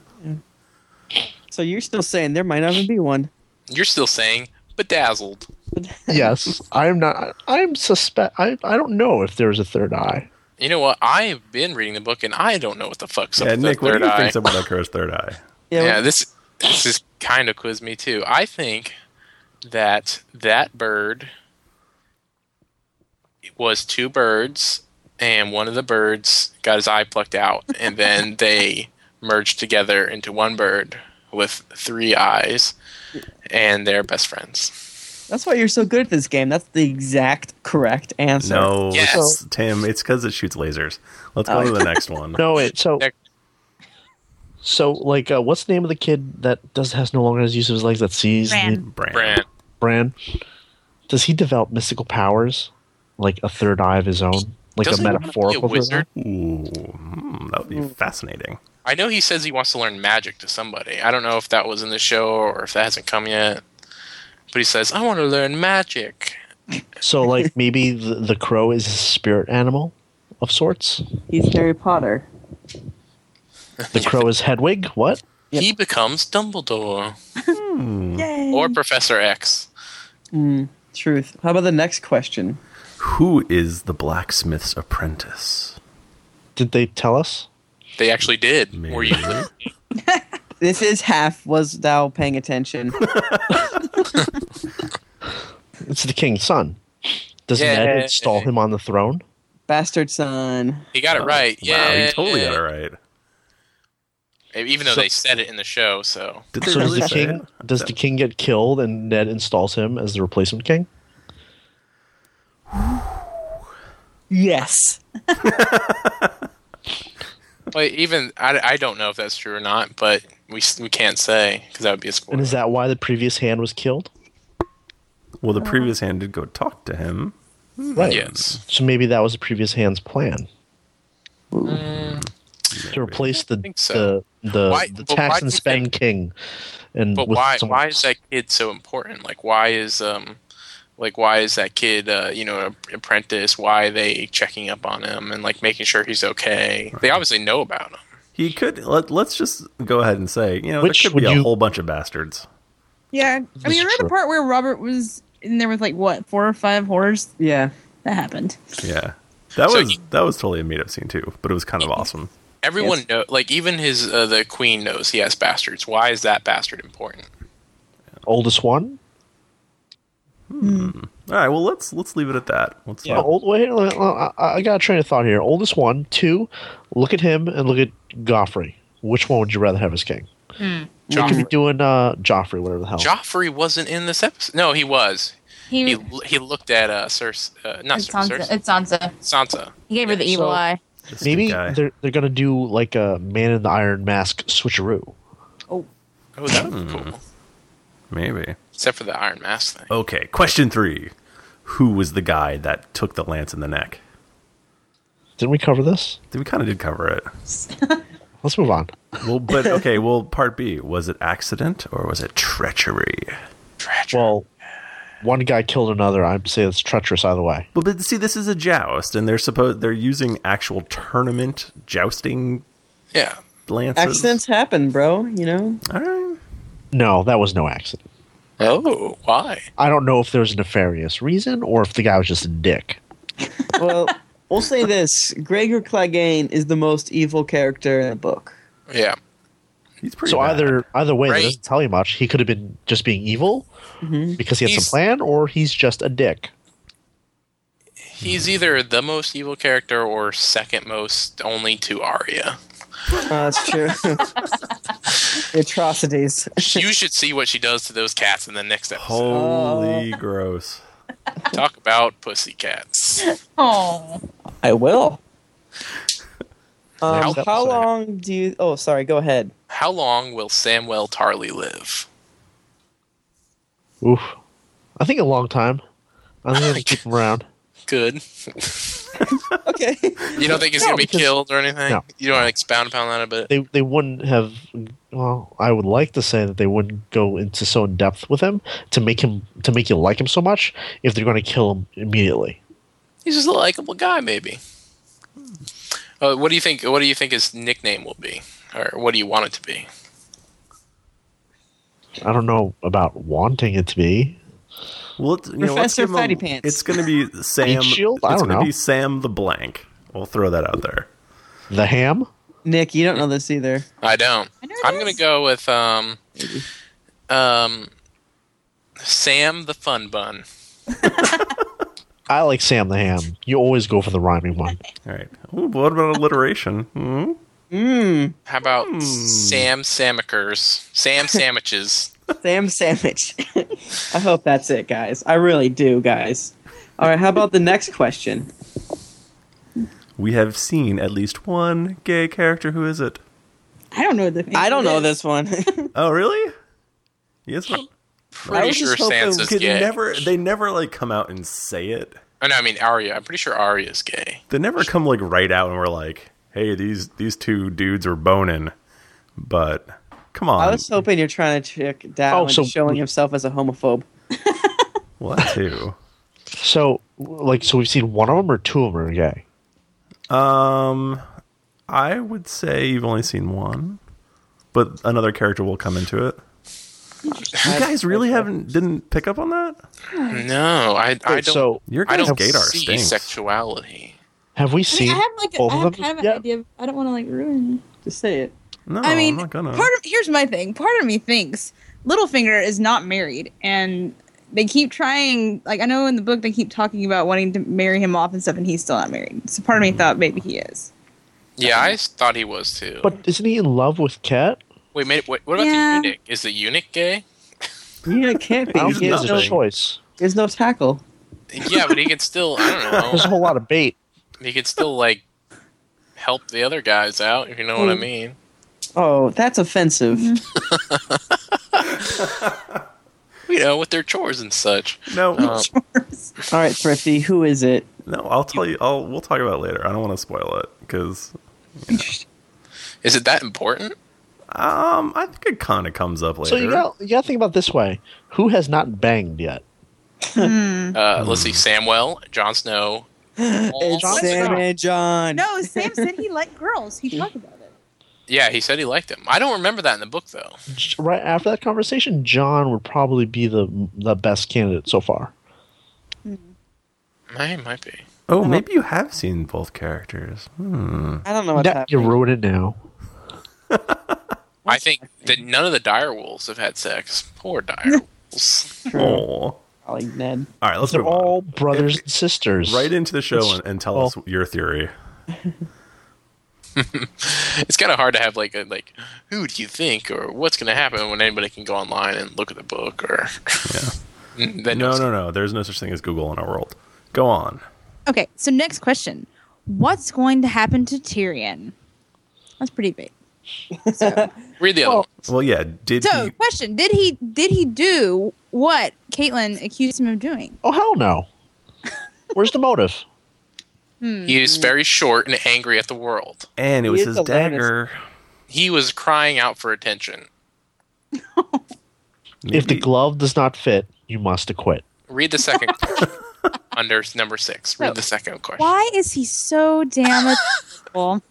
Speaker 4: So you're still saying there might not even be one.
Speaker 1: You're still saying bedazzled.
Speaker 4: episode.
Speaker 2: yes, I'm not. I'm suspect. I I don't know if there's a third eye.
Speaker 1: You know what? I've been reading the book and I don't know what the fuck's up
Speaker 5: Yeah,
Speaker 1: with the
Speaker 5: Nick, what do
Speaker 1: third
Speaker 5: you
Speaker 1: eye.
Speaker 5: think about Echo's third
Speaker 4: <laughs>
Speaker 5: eye?
Speaker 1: yeah, this this is kind of quiz me too. I think that that bird was two birds, and one of the birds got his eye plucked out, and
Speaker 2: <laughs>
Speaker 1: then they merged together into one bird with three eyes, and they're best friends.
Speaker 4: That's why you're so good at this game. That's the exact correct answer.
Speaker 5: No,
Speaker 1: Yes.
Speaker 5: it's, Tim, it's because it shoots lasers. Let's go
Speaker 4: Oh.
Speaker 5: to the next
Speaker 1: <laughs>
Speaker 5: one.
Speaker 2: No, wait. So,
Speaker 1: Nick.
Speaker 2: so like, uh, what's the name of the kid that does has no longer has use of his legs that sees?
Speaker 6: Bran.
Speaker 5: Brand.
Speaker 1: Brand.
Speaker 2: Bran. Does he develop mystical powers, like a third eye of his own, like
Speaker 1: Doesn't
Speaker 2: a
Speaker 1: he wanna be
Speaker 2: metaphorical third
Speaker 1: wizard?
Speaker 2: eye?
Speaker 5: Ooh, mm, that would be fascinating.
Speaker 1: I know he says he wants to learn magic to somebody. I don't know if that was in the show or if that hasn't come yet. But he says, I want to learn magic.
Speaker 2: So, like, maybe the, the crow is his spirit animal, of sorts.
Speaker 4: He's Harry Potter.
Speaker 2: The crow is Hedwig. What?
Speaker 4: Yep.
Speaker 1: He becomes Dumbledore
Speaker 5: Hmm.
Speaker 4: Yay.
Speaker 1: or Professor X.
Speaker 4: Truth. How about the next question?
Speaker 5: Who is the blacksmith's apprentice?
Speaker 2: Did they tell us?
Speaker 1: They actually did.
Speaker 5: Maybe.
Speaker 1: Were you?
Speaker 4: This is half. Was thou paying attention?
Speaker 2: It's the king's son. Does Ned
Speaker 1: Yay.
Speaker 2: install him on the throne?
Speaker 4: Bastard son.
Speaker 1: He got it <laughs> right.
Speaker 5: Oh, Wow,
Speaker 1: Yeah,
Speaker 5: you totally got it right.
Speaker 1: Even though
Speaker 2: So-
Speaker 1: they said it in the show, so
Speaker 5: Did they
Speaker 2: So does
Speaker 5: really
Speaker 2: the
Speaker 5: say
Speaker 2: king
Speaker 5: it?
Speaker 2: does
Speaker 5: That-
Speaker 2: the king get killed and Ned installs him as the replacement king?
Speaker 4: Yes.
Speaker 1: but even I, I don't know if that's true or not, but we s- we can't say because that would be a spoiler.
Speaker 2: And is that why the previous hand was killed?
Speaker 5: Well, the previous hand did go talk to him.
Speaker 2: Right.
Speaker 1: yes.
Speaker 2: So maybe that was the previous hand's plan. to replace the
Speaker 1: Hmm. think so.
Speaker 2: the, the,
Speaker 1: Why-
Speaker 2: the
Speaker 1: but why
Speaker 2: tax
Speaker 1: do
Speaker 2: and
Speaker 1: you
Speaker 2: spend
Speaker 1: think-
Speaker 2: king, and
Speaker 1: But
Speaker 2: with
Speaker 1: why
Speaker 2: someone
Speaker 1: why
Speaker 2: else.
Speaker 1: is that kid so important? Like why is um like why is that kid uh, you know an apprentice? Why are they checking up on him and like making sure he's okay? They obviously know about him.
Speaker 5: He could. Let, let's just go ahead and say, you know,
Speaker 2: Which
Speaker 5: there could be
Speaker 2: would
Speaker 5: a
Speaker 2: you-
Speaker 5: whole bunch of bastards.
Speaker 3: Yeah, I
Speaker 2: is
Speaker 3: mean, I read
Speaker 2: true.
Speaker 3: the part where Robert was in there with like what four or five horrors.
Speaker 4: Yeah.
Speaker 3: That happened.
Speaker 5: Yeah, that
Speaker 1: So
Speaker 5: was
Speaker 1: he- Mm-hmm.
Speaker 5: that was totally a meetup scene too, but it was kind of awesome.
Speaker 1: Everyone
Speaker 4: Yes.
Speaker 1: know, like even his uh, the queen knows he has bastards. Why is that bastard important?
Speaker 2: oldest one?
Speaker 5: All right, well let's let's leave it at that. Let's
Speaker 2: No, old, wait, wait, I, I got a train of thought here. Oldest one, two. Look at him and look at Joffrey. Which one would you rather have as king? They could be
Speaker 1: Joffrey,
Speaker 2: doing uh, Joffrey, whatever the hell.
Speaker 1: Joffrey wasn't in this episode. No, he was. He he looked at uh, Cersei, uh, not
Speaker 6: It's
Speaker 1: Cersei,
Speaker 6: Sansa.
Speaker 1: Cersei,
Speaker 6: It's Sansa.
Speaker 1: Sansa.
Speaker 6: He gave her the evil
Speaker 2: So-
Speaker 6: eye.
Speaker 5: This
Speaker 2: Maybe
Speaker 5: guy.
Speaker 2: they're they're gonna do like a Man in the Iron Mask switcheroo.
Speaker 1: Oh, that would be cool.
Speaker 5: maybe.
Speaker 1: Except for the Iron Mask thing.
Speaker 5: Okay, question three: Who was the guy that took the lance in the neck?
Speaker 2: Didn't we cover this?
Speaker 5: We kind of did cover it.
Speaker 2: Let's move on. <laughs>
Speaker 5: Well, but okay. Well, part B was it accident or was it treachery?
Speaker 1: Tragic.
Speaker 2: Well, one guy killed another. I'd say it's treacherous either way.
Speaker 5: Well, but see, this is a joust, and they're supposed they're using actual tournament jousting
Speaker 1: yeah.
Speaker 5: lances.
Speaker 4: Accidents happen, bro. You know.
Speaker 5: All right.
Speaker 2: No, that was no accident.
Speaker 1: Oh, why?
Speaker 2: I don't know if there was a nefarious reason or if the guy was just a dick.
Speaker 4: Well, we'll say this: Gregor Clegane is the most evil character in the book.
Speaker 1: Yeah.
Speaker 5: He's pretty.
Speaker 2: So
Speaker 5: bad.
Speaker 2: either either way,
Speaker 1: Right.
Speaker 2: that doesn't tell you much. He could have been just being evil
Speaker 5: Mm-hmm.
Speaker 2: because he had
Speaker 1: He's-
Speaker 2: some plan, or he's just a dick.
Speaker 1: He's either the most evil character or second most, only to Arya.
Speaker 4: Uh, that's true. <laughs> Atrocities.
Speaker 1: you should see what she does to those cats in the next episode.
Speaker 4: Oh.
Speaker 5: holy gross.
Speaker 1: Talk about pussycats.
Speaker 6: Oh,
Speaker 4: I will. Um,
Speaker 2: Next
Speaker 4: how
Speaker 2: episode.
Speaker 4: long do you? Oh, sorry. Go ahead.
Speaker 1: How long will Samwell Tarly live?
Speaker 2: Oof. I think a long time. I think
Speaker 1: <laughs>
Speaker 2: I'll keep him around.
Speaker 1: Good.
Speaker 4: Okay. <laughs>
Speaker 1: You don't think he's
Speaker 2: No,
Speaker 1: gonna be
Speaker 2: because-
Speaker 1: killed or anything?
Speaker 2: No.
Speaker 1: You don't want to expound upon that a bit?
Speaker 2: They they wouldn't have. Well, I would like to say that they wouldn't go into so in depth with him to make him to make you like him so much if they're going to kill him immediately.
Speaker 1: He's just a likable guy, maybe. Uh, what do you think? What do you think his nickname will be, or what do you want it to be?
Speaker 2: I don't know about wanting it to be.
Speaker 5: Well, it's, you know, let's
Speaker 4: Professor
Speaker 5: give him a-
Speaker 4: Fatty Pants.
Speaker 5: It's going to
Speaker 4: <laughs>
Speaker 5: be Sam.
Speaker 2: Shield? I
Speaker 5: it's
Speaker 2: don't
Speaker 5: gonna
Speaker 2: know.
Speaker 5: be Sam the blank. We'll throw that out there.
Speaker 2: The ham?
Speaker 4: Nick, you don't know this either.
Speaker 1: I don't.
Speaker 3: I know
Speaker 1: I'm
Speaker 3: it
Speaker 1: gonna
Speaker 3: is.
Speaker 1: go with um, um, Sam the Fun Bun.
Speaker 2: I like Sam the ham. You always go for the rhyming one.
Speaker 5: All right. Ooh, what about alliteration? <laughs> Hmm?
Speaker 4: Mmm,
Speaker 1: How about Sam Samikers? Sam sandwiches.
Speaker 4: Sam sandwich. <laughs> I hope that's it, guys. I really do, guys. All right, how about the next question?
Speaker 5: We have seen at least one gay character. Who is it?
Speaker 3: I don't know the.
Speaker 4: I don't know this one. <laughs>
Speaker 5: Oh, really? Yes. I
Speaker 1: Pretty
Speaker 4: was
Speaker 1: sure
Speaker 4: just hoping
Speaker 1: Sansa's
Speaker 5: could
Speaker 1: gay.
Speaker 5: never. They never like come out and say it.
Speaker 1: Oh, no, I mean Arya. I'm pretty sure Arya's gay.
Speaker 5: They never come like right out and we're like, "Hey, these these two dudes are boning." But come on,
Speaker 4: I was hoping you're trying to trick down
Speaker 2: Oh,
Speaker 4: and
Speaker 2: so-
Speaker 4: showing himself as a homophobe.
Speaker 5: what two?
Speaker 2: So, like, so we've seen one of them or two of them are gay.
Speaker 5: Um, I would say you've only seen one, but another character will come into it. You guys really haven't didn't pick up on that.
Speaker 1: No, I, I don't.
Speaker 2: Wait, so
Speaker 5: Your
Speaker 1: I
Speaker 5: guys'
Speaker 1: don't
Speaker 5: gaydar
Speaker 1: see
Speaker 5: stinks.
Speaker 1: sexuality.
Speaker 2: have
Speaker 3: I,
Speaker 2: we
Speaker 3: mean,
Speaker 2: seen
Speaker 3: I have like a,
Speaker 2: both
Speaker 3: I
Speaker 2: of
Speaker 3: have
Speaker 2: them?
Speaker 3: kind of an
Speaker 2: Yeah.
Speaker 3: idea. Of, I don't want to like ruin.
Speaker 4: Just say it.
Speaker 5: No,
Speaker 3: I mean,
Speaker 5: am
Speaker 3: part
Speaker 5: not gonna.
Speaker 3: of here's my thing. Part of me thinks Littlefinger is not married, and they keep trying. Like I know in the book they keep talking about wanting to marry him off and stuff, and he's still not married. So part of me thought maybe he is.
Speaker 1: Yeah, I s- thought he was too.
Speaker 2: But isn't he in love with Kat?
Speaker 1: wait, wait, wait, what about
Speaker 3: Yeah.
Speaker 1: the eunuch? Is the eunuch gay?
Speaker 4: Yeah, it can't be.
Speaker 2: I don't think
Speaker 4: He
Speaker 2: he
Speaker 4: has
Speaker 2: has a
Speaker 4: no,
Speaker 2: choice.
Speaker 4: he has no tackle.
Speaker 1: Yeah, but he could still. I don't
Speaker 2: There's a
Speaker 1: know.
Speaker 2: whole lot of bait.
Speaker 1: He could still like help the other guys out. If you know what I
Speaker 4: Mm.
Speaker 1: mean.
Speaker 4: Oh, that's offensive.
Speaker 1: You know, with their chores and such.
Speaker 5: no,
Speaker 1: Uh,
Speaker 4: All right, Thrifty, who is it?
Speaker 5: no. I'll tell you. I'll we'll talk about it later. I don't want to spoil it because
Speaker 1: is it that important?
Speaker 5: um I think it kind of comes up later.
Speaker 2: So you got you got to think about it this way: who has not banged yet?
Speaker 4: Hmm.
Speaker 1: Uh, let's see. Samwell, Jon Snow. all-
Speaker 4: <laughs> It's
Speaker 3: John
Speaker 4: Sam
Speaker 3: Snow.
Speaker 4: and John.
Speaker 3: No, Sam said he liked girls. He talked about it.
Speaker 1: Yeah, he said he liked him. I don't remember that in the book though.
Speaker 2: J- Right after that conversation, John would probably be the the best candidate so far.
Speaker 1: I might be.
Speaker 5: oh, maybe you have seen both characters. Hmm.
Speaker 4: I don't know what's
Speaker 2: Now- you
Speaker 4: happening.
Speaker 2: ruin it now.
Speaker 1: I think that none of the direwolves have had sex. Poor direwolves.
Speaker 5: Aw. All
Speaker 4: Probably Ned.
Speaker 5: right, let's
Speaker 2: They're
Speaker 5: move on.
Speaker 2: all brothers and sisters.
Speaker 5: right into the show and, and tell us your theory.
Speaker 1: it's kind of hard to have like a like who do you think or what's going to happen when anybody can go online and look at the book or yeah. <laughs> that
Speaker 5: No,
Speaker 1: knows-
Speaker 5: no, no. There's no such thing as Google in our world. Go on.
Speaker 3: Okay, so next question: What's going to happen to Tyrion? That's pretty big.
Speaker 1: Read the other one.
Speaker 5: Well, yeah. Did
Speaker 3: So,
Speaker 5: he?
Speaker 3: question: Did he did he do what Caitlyn accused him of doing?
Speaker 2: Oh hell no! Where's the motive?
Speaker 1: He is very short and angry at the world.
Speaker 5: And it
Speaker 4: He
Speaker 5: was
Speaker 4: is
Speaker 5: his
Speaker 4: the loudest.
Speaker 5: dagger.
Speaker 1: He was crying out for attention.
Speaker 2: If the
Speaker 5: Maybe-
Speaker 2: glove does not fit, you must acquit.
Speaker 1: Read the second question under number six. Read the second question.
Speaker 3: Why is he so damn adorable?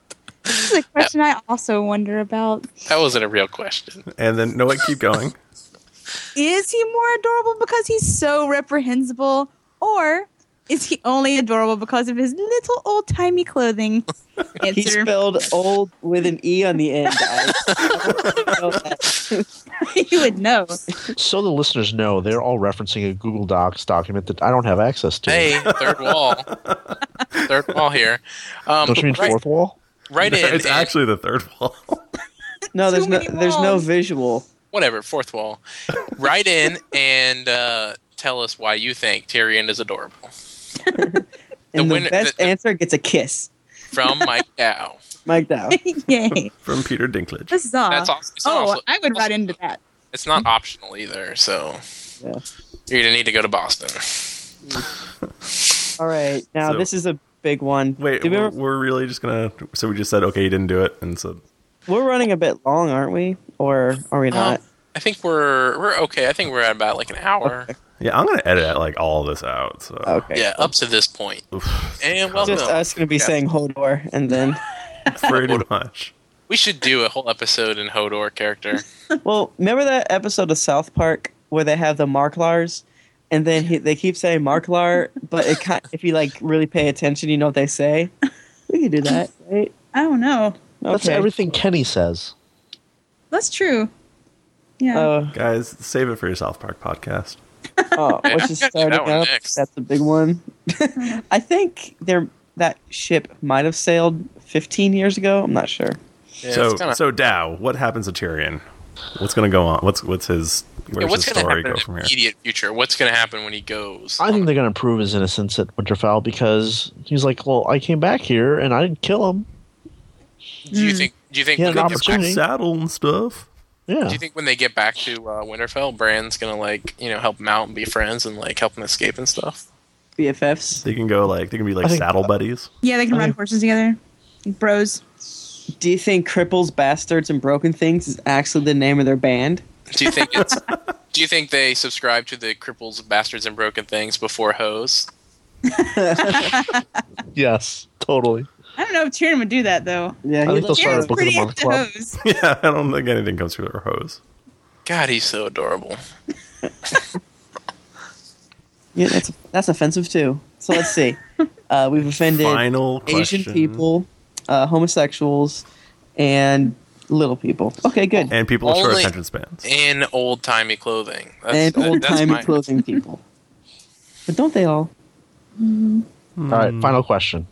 Speaker 3: this is a question I also wonder about.
Speaker 1: That wasn't a real question.
Speaker 5: <laughs> and then no, wait. Keep going.
Speaker 3: Is he more adorable because he's so reprehensible, or is he only adorable because of his little old timey clothing?
Speaker 4: <laughs> He
Speaker 3: Answer.
Speaker 4: spelled old with an E on the end. guys. Spell that.
Speaker 3: <laughs> you would
Speaker 4: <laughs>
Speaker 3: know. <laughs>
Speaker 2: So the listeners know they're all referencing a Google Docs document that I don't have access to.
Speaker 1: Hey, third wall. third wall here. Um,
Speaker 2: don't you mean
Speaker 1: right,
Speaker 2: fourth wall?
Speaker 1: <laughs> right in.
Speaker 5: <laughs> it's
Speaker 1: and-
Speaker 5: actually the third wall. <laughs>
Speaker 4: no, there's
Speaker 3: Too
Speaker 4: no,
Speaker 3: many
Speaker 4: there's no
Speaker 3: walls.
Speaker 4: visual.
Speaker 1: whatever, fourth wall. Write in and uh, tell us why you think Tyrion is adorable.
Speaker 4: And
Speaker 1: The
Speaker 4: the,
Speaker 1: winner-
Speaker 4: best
Speaker 1: the- the-
Speaker 4: answer gets a kiss.
Speaker 1: From
Speaker 5: <laughs>
Speaker 1: Mike Dow.
Speaker 4: Mike Dow.
Speaker 3: Yay!
Speaker 5: From Peter Dinklage.
Speaker 3: This is all.
Speaker 5: Uh,
Speaker 1: That's also, it's, not
Speaker 3: Oh,
Speaker 1: also-
Speaker 3: I would ride into that.
Speaker 1: it's not optional either, so
Speaker 4: Yeah.
Speaker 1: you're going to need to go to Boston.
Speaker 4: All right, now
Speaker 5: So-
Speaker 4: this is a big one.
Speaker 5: Wait,
Speaker 4: Do we
Speaker 5: we're,
Speaker 4: ever-
Speaker 5: we're really just gonna. So we just said, okay, you didn't do it, and so
Speaker 4: we're running a bit long, aren't we? Or are we not?
Speaker 1: Um, I think we're we're okay. I think we're at about like an hour.
Speaker 5: yeah, I'm gonna edit like all this out. So
Speaker 4: okay.
Speaker 1: Yeah, up to this point.
Speaker 5: Oof,
Speaker 1: And welcome.
Speaker 4: Just us going to be
Speaker 1: Yeah.
Speaker 4: saying Hodor,
Speaker 1: <laughs>
Speaker 4: and then
Speaker 5: <laughs> pretty much.
Speaker 1: We should do a whole episode in
Speaker 5: <laughs>
Speaker 1: Hodor character.
Speaker 4: well, remember that episode of South Park where they have the Marklars? and then he, they keep saying Marklar, but it kind, if you like really pay attention, you know what they say. We can do that, right?
Speaker 3: I don't know.
Speaker 2: That's everything Kenny says.
Speaker 3: That's true. Yeah.
Speaker 2: Oh,
Speaker 4: Uh,
Speaker 5: Guys, save it for your South Park podcast.
Speaker 4: oh,
Speaker 1: Yeah,
Speaker 4: which is
Speaker 1: I'll
Speaker 4: starting
Speaker 1: get that one
Speaker 4: up.
Speaker 1: next.
Speaker 4: That's a
Speaker 1: <laughs>
Speaker 4: big one. I think there that ship might have sailed 15 years ago. I'm not sure.
Speaker 1: Yeah,
Speaker 5: so,
Speaker 1: it's kinda-
Speaker 5: so Dow, what happens to Tyrion? What's going to go on? What's what's his
Speaker 1: yeah,
Speaker 5: where's
Speaker 1: what's
Speaker 5: his
Speaker 1: going to
Speaker 5: story
Speaker 1: happen
Speaker 5: go
Speaker 1: in
Speaker 5: from
Speaker 1: the
Speaker 5: here?
Speaker 1: immediate future? What's going to happen when he goes? Um,
Speaker 2: I think they're going to prove his innocence at Winterfell because he's like, well, I came back here and I didn't kill him.
Speaker 1: do you think? Do you think?
Speaker 2: He had
Speaker 1: When
Speaker 2: an
Speaker 1: they
Speaker 5: His
Speaker 1: get back,
Speaker 2: opportunity.
Speaker 5: cool saddle and stuff.
Speaker 2: Yeah.
Speaker 1: do you think when they get back to uh, Winterfell, Bran's going to like you know help him out and be friends and like help him escape and stuff?
Speaker 4: BFFs,
Speaker 5: They can go like they can be
Speaker 2: I
Speaker 5: like
Speaker 2: think-
Speaker 4: uh,
Speaker 5: saddle buddies. <laughs>
Speaker 3: yeah, they can ride
Speaker 2: think-
Speaker 3: horses together. Like bros.
Speaker 4: do you think cripples, bastards, and broken things is actually the name of their band? <laughs>
Speaker 1: Do you think it's? do you think they subscribe to the cripples, bastards, and broken things before hoes?
Speaker 2: yes, totally.
Speaker 3: I don't know if Tyrion would do that though.
Speaker 4: Yeah,
Speaker 2: I think they'll start
Speaker 3: Tyrion's
Speaker 2: a book of the
Speaker 3: pretty
Speaker 2: month
Speaker 3: into
Speaker 2: club.
Speaker 3: hoes.
Speaker 5: Yeah, I don't think anything comes through their hose.
Speaker 1: God, he's so adorable.
Speaker 4: yeah, that's that's offensive too. So
Speaker 2: <laughs>
Speaker 4: let's see. Uh, we've offended
Speaker 5: Final
Speaker 4: Asian
Speaker 5: question.
Speaker 4: people, uh, homosexuals, and little people. Okay, good.
Speaker 5: and people with short
Speaker 1: Only-
Speaker 5: attention spans.
Speaker 1: In old timey clothing. That's,
Speaker 4: and
Speaker 1: that-
Speaker 4: old
Speaker 1: that's
Speaker 4: timey
Speaker 1: mine.
Speaker 4: clothing people. But don't they all?
Speaker 2: All right,
Speaker 4: Hmm.
Speaker 2: final question.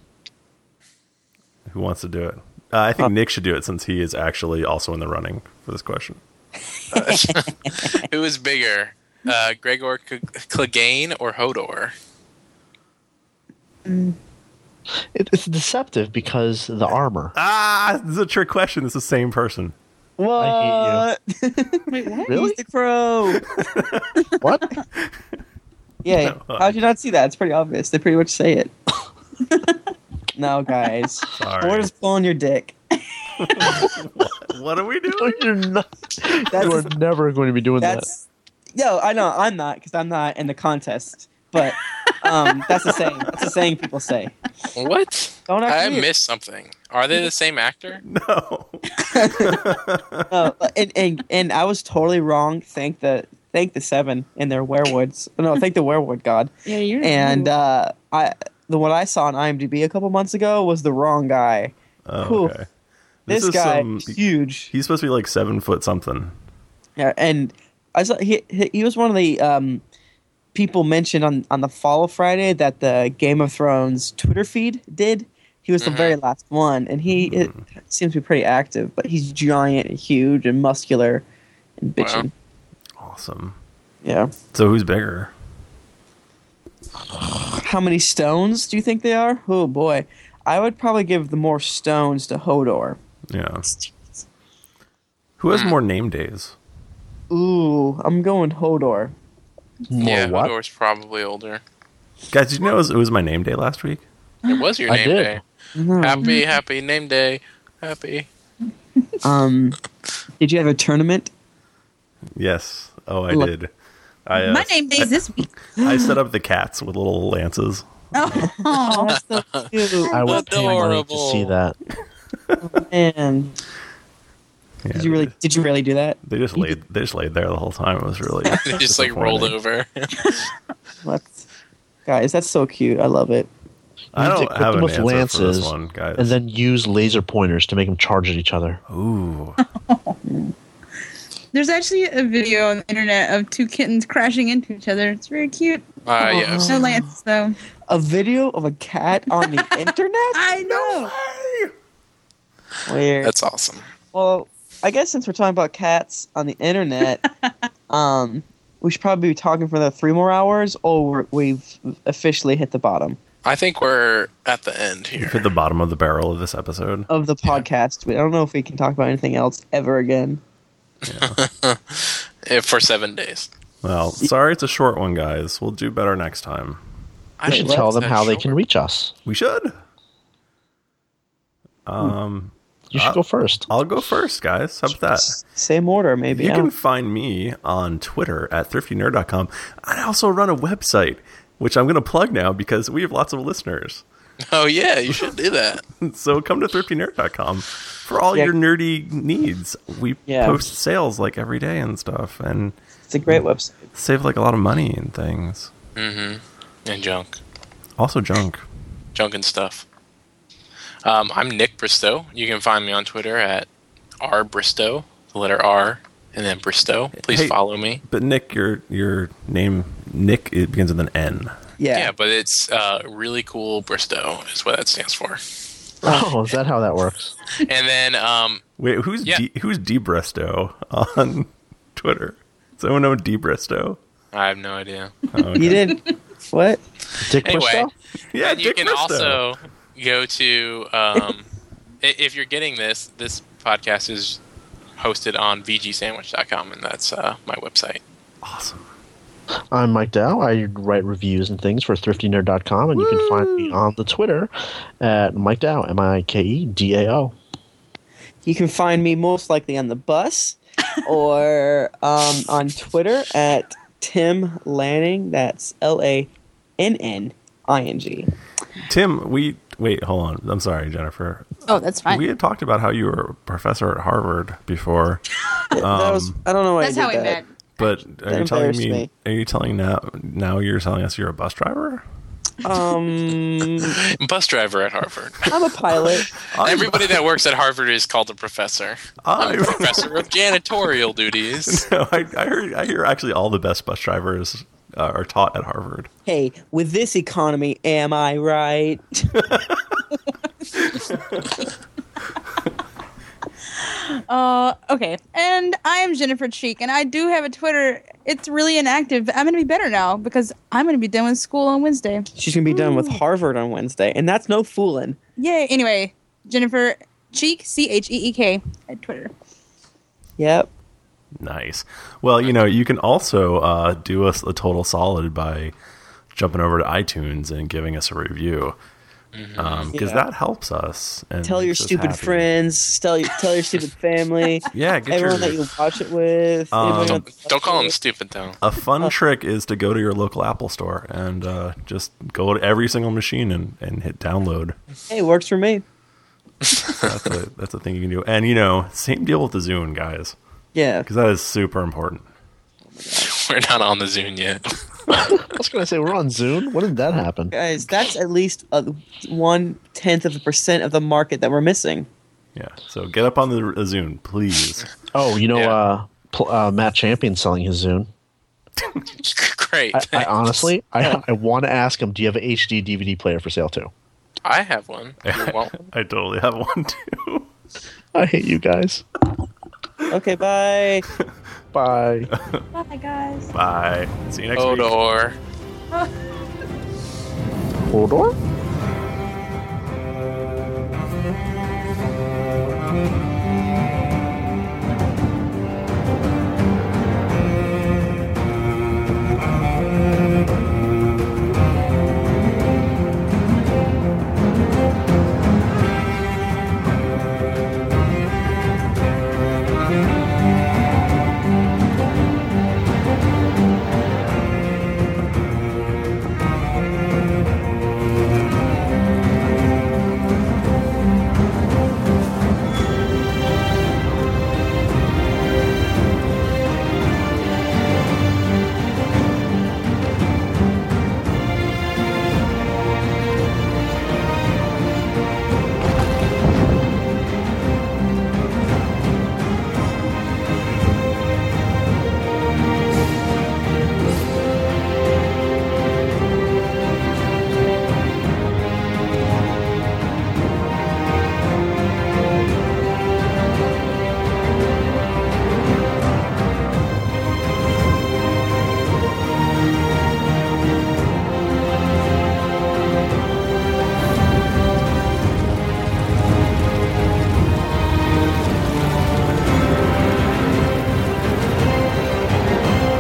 Speaker 5: Who wants to do it? Uh, I think Nick should do it since he is actually also in the running for this question.
Speaker 1: Who is bigger, uh, Gregor C- Clegane or Hodor?
Speaker 2: It, it's deceptive because the armor.
Speaker 5: Ah, this is a trick question. It's the same person.
Speaker 4: What?
Speaker 2: I
Speaker 4: <laughs>
Speaker 3: Wait, what?
Speaker 2: Really?
Speaker 4: He's the crow.
Speaker 1: <laughs>
Speaker 2: What?
Speaker 4: yeah.
Speaker 5: No.
Speaker 4: How'd you not see that? It's pretty obvious. They pretty much say it. <laughs> no, guys.
Speaker 5: Sorry.
Speaker 4: Or just pulling your dick.
Speaker 5: <laughs> what are
Speaker 4: <laughs>
Speaker 5: we
Speaker 2: No,
Speaker 5: doing?
Speaker 2: you're not.
Speaker 4: That's-
Speaker 2: you are never going to be doing that.
Speaker 4: That's yo. I know I'm not because I'm not in the contest. But um, that's a saying. That's a saying people say.
Speaker 1: What?
Speaker 4: Don't act
Speaker 1: I
Speaker 4: weird. <laughs>
Speaker 1: missed something. Are they the same actor?
Speaker 5: No.
Speaker 4: No, Oh, and, and and I was totally wrong. Thank the thank the seven and their werewolves. No, thank the werewolf god.
Speaker 3: Yeah, you're
Speaker 4: And uh, I the one I saw on IMDb a couple months ago was the wrong guy.
Speaker 5: Oh,
Speaker 4: Whew.
Speaker 5: okay.
Speaker 4: This, guy
Speaker 5: some-
Speaker 4: huge.
Speaker 5: He's supposed to be like seven foot something.
Speaker 4: Yeah, and I saw he he he was one of the um, people mentioned on on the Follow Friday that the Game of Thrones Twitter feed did. He
Speaker 1: Mm-hmm.
Speaker 4: was the very last one, and he it seems to be pretty active. But he's giant, and huge, and muscular, and
Speaker 1: Wow.
Speaker 4: bitching.
Speaker 5: Awesome.
Speaker 4: Yeah.
Speaker 5: So who's bigger?
Speaker 4: How many stones do you think they are? Oh boy, I would probably give the more stones to Hodor.
Speaker 5: Yeah. Who has more name days?
Speaker 4: Ooh, I'm going Hodor.
Speaker 2: More
Speaker 1: yeah,
Speaker 2: what?
Speaker 1: Hodor's probably older.
Speaker 5: Guys, did you know it was, it was my name day last week?
Speaker 1: It was your
Speaker 2: I
Speaker 1: name
Speaker 2: did.
Speaker 1: day. Happy, happy name day. Happy.
Speaker 4: Um, did you have a tournament?
Speaker 5: Yes. Oh, I
Speaker 4: Look.
Speaker 5: did. I, uh,
Speaker 3: My name is this week. <laughs>
Speaker 5: I set up the cats with little lances.
Speaker 3: Oh,
Speaker 4: <laughs> That's so cute.
Speaker 2: I would pay money to
Speaker 1: Adorable.
Speaker 2: see that.
Speaker 4: Man,
Speaker 5: Yeah,
Speaker 4: did you really? Did you really do that?
Speaker 5: They just laid. They just laid there the whole time. It was really.
Speaker 1: They just like rolled
Speaker 5: disappointing.
Speaker 1: over. Uh,
Speaker 4: That's, guys, that's so cute. I love it.
Speaker 5: I
Speaker 2: You have to
Speaker 5: don't
Speaker 2: equip
Speaker 5: have
Speaker 2: them
Speaker 5: an
Speaker 2: with
Speaker 5: answer for
Speaker 2: lances
Speaker 5: this one, guys.
Speaker 2: and then use laser pointers to make them charge at each other.
Speaker 5: Ooh,
Speaker 3: <laughs> there's actually a video on the internet of two kittens crashing into each other. It's very cute.
Speaker 1: Uh, yeah, I've
Speaker 3: No
Speaker 1: seen-
Speaker 3: lance though.
Speaker 4: A video of a cat on the internet.
Speaker 3: I know.
Speaker 4: Weird.
Speaker 1: that's awesome.
Speaker 4: Well, I guess since we're talking about cats on the internet, um, we should probably be talking for another three more hours, or we're, we've officially hit the bottom
Speaker 1: I think we're at the end here.
Speaker 5: hit the bottom of the barrel of this episode.
Speaker 4: of the podcast. We I don't know if we can talk about anything else ever again.
Speaker 1: Eh, for seven days.
Speaker 5: Well, sorry, it's a short one, guys. We'll do better next time.
Speaker 1: I
Speaker 2: We should tell them how they can
Speaker 1: read.
Speaker 2: reach us.
Speaker 5: We should. Um,
Speaker 2: You should
Speaker 5: Uh,
Speaker 2: go first.
Speaker 4: <laughs>
Speaker 5: I'll go first, guys. How about that?
Speaker 4: Same order, maybe.
Speaker 5: You
Speaker 4: I
Speaker 5: can
Speaker 4: don't-
Speaker 5: find me on Twitter at thriftynerd.com. I also run a website, which I'm going to plug now because we have lots of listeners.
Speaker 1: <laughs> Oh yeah, you should do that.
Speaker 5: So come to thriftynerf.com for all
Speaker 4: Yeah.
Speaker 5: your nerdy needs. We
Speaker 4: Yeah.
Speaker 5: post sales like every day and stuff and
Speaker 4: It's a great website.
Speaker 5: save like a lot of money and things.
Speaker 1: And junk,
Speaker 5: Also junk.
Speaker 1: junk and stuff. Um, I'm Nick Bristow. You can find me on Twitter at r bristow, the letter R, and then Bristow. Please
Speaker 5: Hey.
Speaker 1: follow me.
Speaker 5: But Nick, your your name Nick it begins with an N.
Speaker 1: Yeah,
Speaker 4: Yeah.
Speaker 1: but it's uh, really cool Bristow is what that stands for.
Speaker 2: Oh, is that how that works?
Speaker 1: And then um,
Speaker 5: Wait, who's
Speaker 1: Yeah.
Speaker 5: D, who's D Bristow on Twitter? Does anyone know D
Speaker 4: <laughs>
Speaker 5: Bristow?
Speaker 1: I have no
Speaker 2: <laughs>
Speaker 1: idea.
Speaker 5: Oh, okay.
Speaker 4: You did <laughs> what?
Speaker 2: Dick
Speaker 1: Anyway.
Speaker 2: Bristow?
Speaker 5: Yeah,
Speaker 1: and you
Speaker 5: Dick
Speaker 1: can
Speaker 5: Bristow.
Speaker 1: also go to um, i- if you're getting this this podcast is hosted on vgsandwich.com and that's uh, my website
Speaker 5: awesome.
Speaker 2: I'm Mike Dow. I write reviews and things for thriftyner.com, and you can find me on the Twitter at Mike Dow, M I K E D A O.
Speaker 4: You can find me most likely on
Speaker 5: <laughs>
Speaker 4: the bus or um, on Twitter at Tim Lanning. That's L A N N I N G.
Speaker 5: Tim, we wait, hold on. I'm sorry, Jennifer.
Speaker 3: Oh, that's fine.
Speaker 5: We had talked about how you were a professor at Harvard before,
Speaker 4: <laughs>
Speaker 5: um,
Speaker 4: That was- I don't know why I
Speaker 3: That's
Speaker 4: did
Speaker 3: how we
Speaker 4: that.
Speaker 3: met.
Speaker 5: but are you telling
Speaker 4: embarrassed
Speaker 5: me,
Speaker 4: me.
Speaker 5: Are you telling now? Now you're telling us you're a bus driver?
Speaker 4: Um,
Speaker 1: bus driver at harvard
Speaker 4: I'm a pilot.
Speaker 3: <laughs>
Speaker 5: I'm-
Speaker 1: everybody that works at harvard is called a professor
Speaker 5: I'm-
Speaker 1: professor of janitorial duties
Speaker 5: No, <laughs> I, I heard. I hear actually all the best bus drivers uh, are taught at Harvard.
Speaker 4: Hey, with this economy, am I right?
Speaker 3: Uh, okay. And I am Jennifer Cheek, and I do have a Twitter. It's really inactive. but I'm gonna be better now because I'm gonna be done with school on Wednesday.
Speaker 4: She's gonna be done with Harvard on Wednesday, and that's no fooling.
Speaker 3: Yay! Anyway, Jennifer Cheek, C H E E K, at Twitter.
Speaker 4: Yep.
Speaker 5: Nice. Well, you know, you can also uh, do us a total solid by jumping over to iTunes and giving us a review because
Speaker 4: Yeah.
Speaker 5: that helps us. And
Speaker 4: Tell your
Speaker 5: makes us
Speaker 4: stupid
Speaker 5: happy.
Speaker 4: friends. Tell your tell your stupid family.
Speaker 5: Yeah, <laughs> get
Speaker 4: everyone
Speaker 5: your,
Speaker 4: that you watch it with.
Speaker 5: Um,
Speaker 4: everyone
Speaker 5: Don't-
Speaker 4: that-
Speaker 1: don't call him stupid though <laughs>
Speaker 5: A fun
Speaker 4: Oh.
Speaker 5: trick is to go to your local Apple store and uh, just go to every single machine and, and hit download.
Speaker 4: Hey, works for me.
Speaker 5: That's a, <laughs> that's a thing you can do. And, you know, same deal with the Zune, guys,
Speaker 4: Yeah.
Speaker 5: because that is super important.
Speaker 1: we're not on the zune yet <laughs>
Speaker 2: I was going to say, we're on Zoom. When did that happen?
Speaker 4: Guys, that's at least a one tenth of a percent of the market that we're missing.
Speaker 5: Yeah. So get up on the uh, Zune, please.
Speaker 2: Oh, you know,
Speaker 1: Yeah.
Speaker 2: uh, pl- uh, Matt Champion's selling his Zoom.
Speaker 1: great
Speaker 2: I, I um,
Speaker 1: thanks.
Speaker 2: honestly, I, I want to ask him, do you have an HD DVD player for sale too?
Speaker 1: I have
Speaker 2: <laughs>
Speaker 1: one You want one?
Speaker 5: I totally have one <laughs> too.
Speaker 2: I hate
Speaker 1: <laughs>
Speaker 2: you guys.
Speaker 4: Okay, bye.
Speaker 2: Bye.
Speaker 3: Bye, guys.
Speaker 5: Bye. See you next
Speaker 1: Oh,
Speaker 5: week.
Speaker 1: Odor.
Speaker 2: Hold on.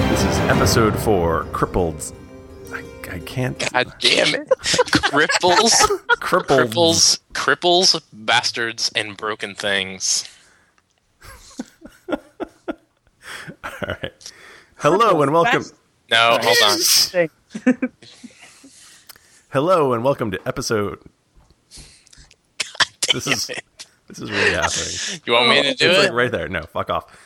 Speaker 5: This is episode four, Crippled. I, I can't.
Speaker 1: God damn it.
Speaker 2: <laughs>
Speaker 1: Cripples.
Speaker 5: Crippled.
Speaker 1: cripples, cripples, bastards, and broken things.
Speaker 5: All right. Hello and welcome.
Speaker 1: No, hold on.
Speaker 5: Hello and welcome to episode. This is this is really happening.
Speaker 1: You want me to
Speaker 5: It's
Speaker 1: do
Speaker 5: like
Speaker 1: it?
Speaker 5: right there. No, fuck off.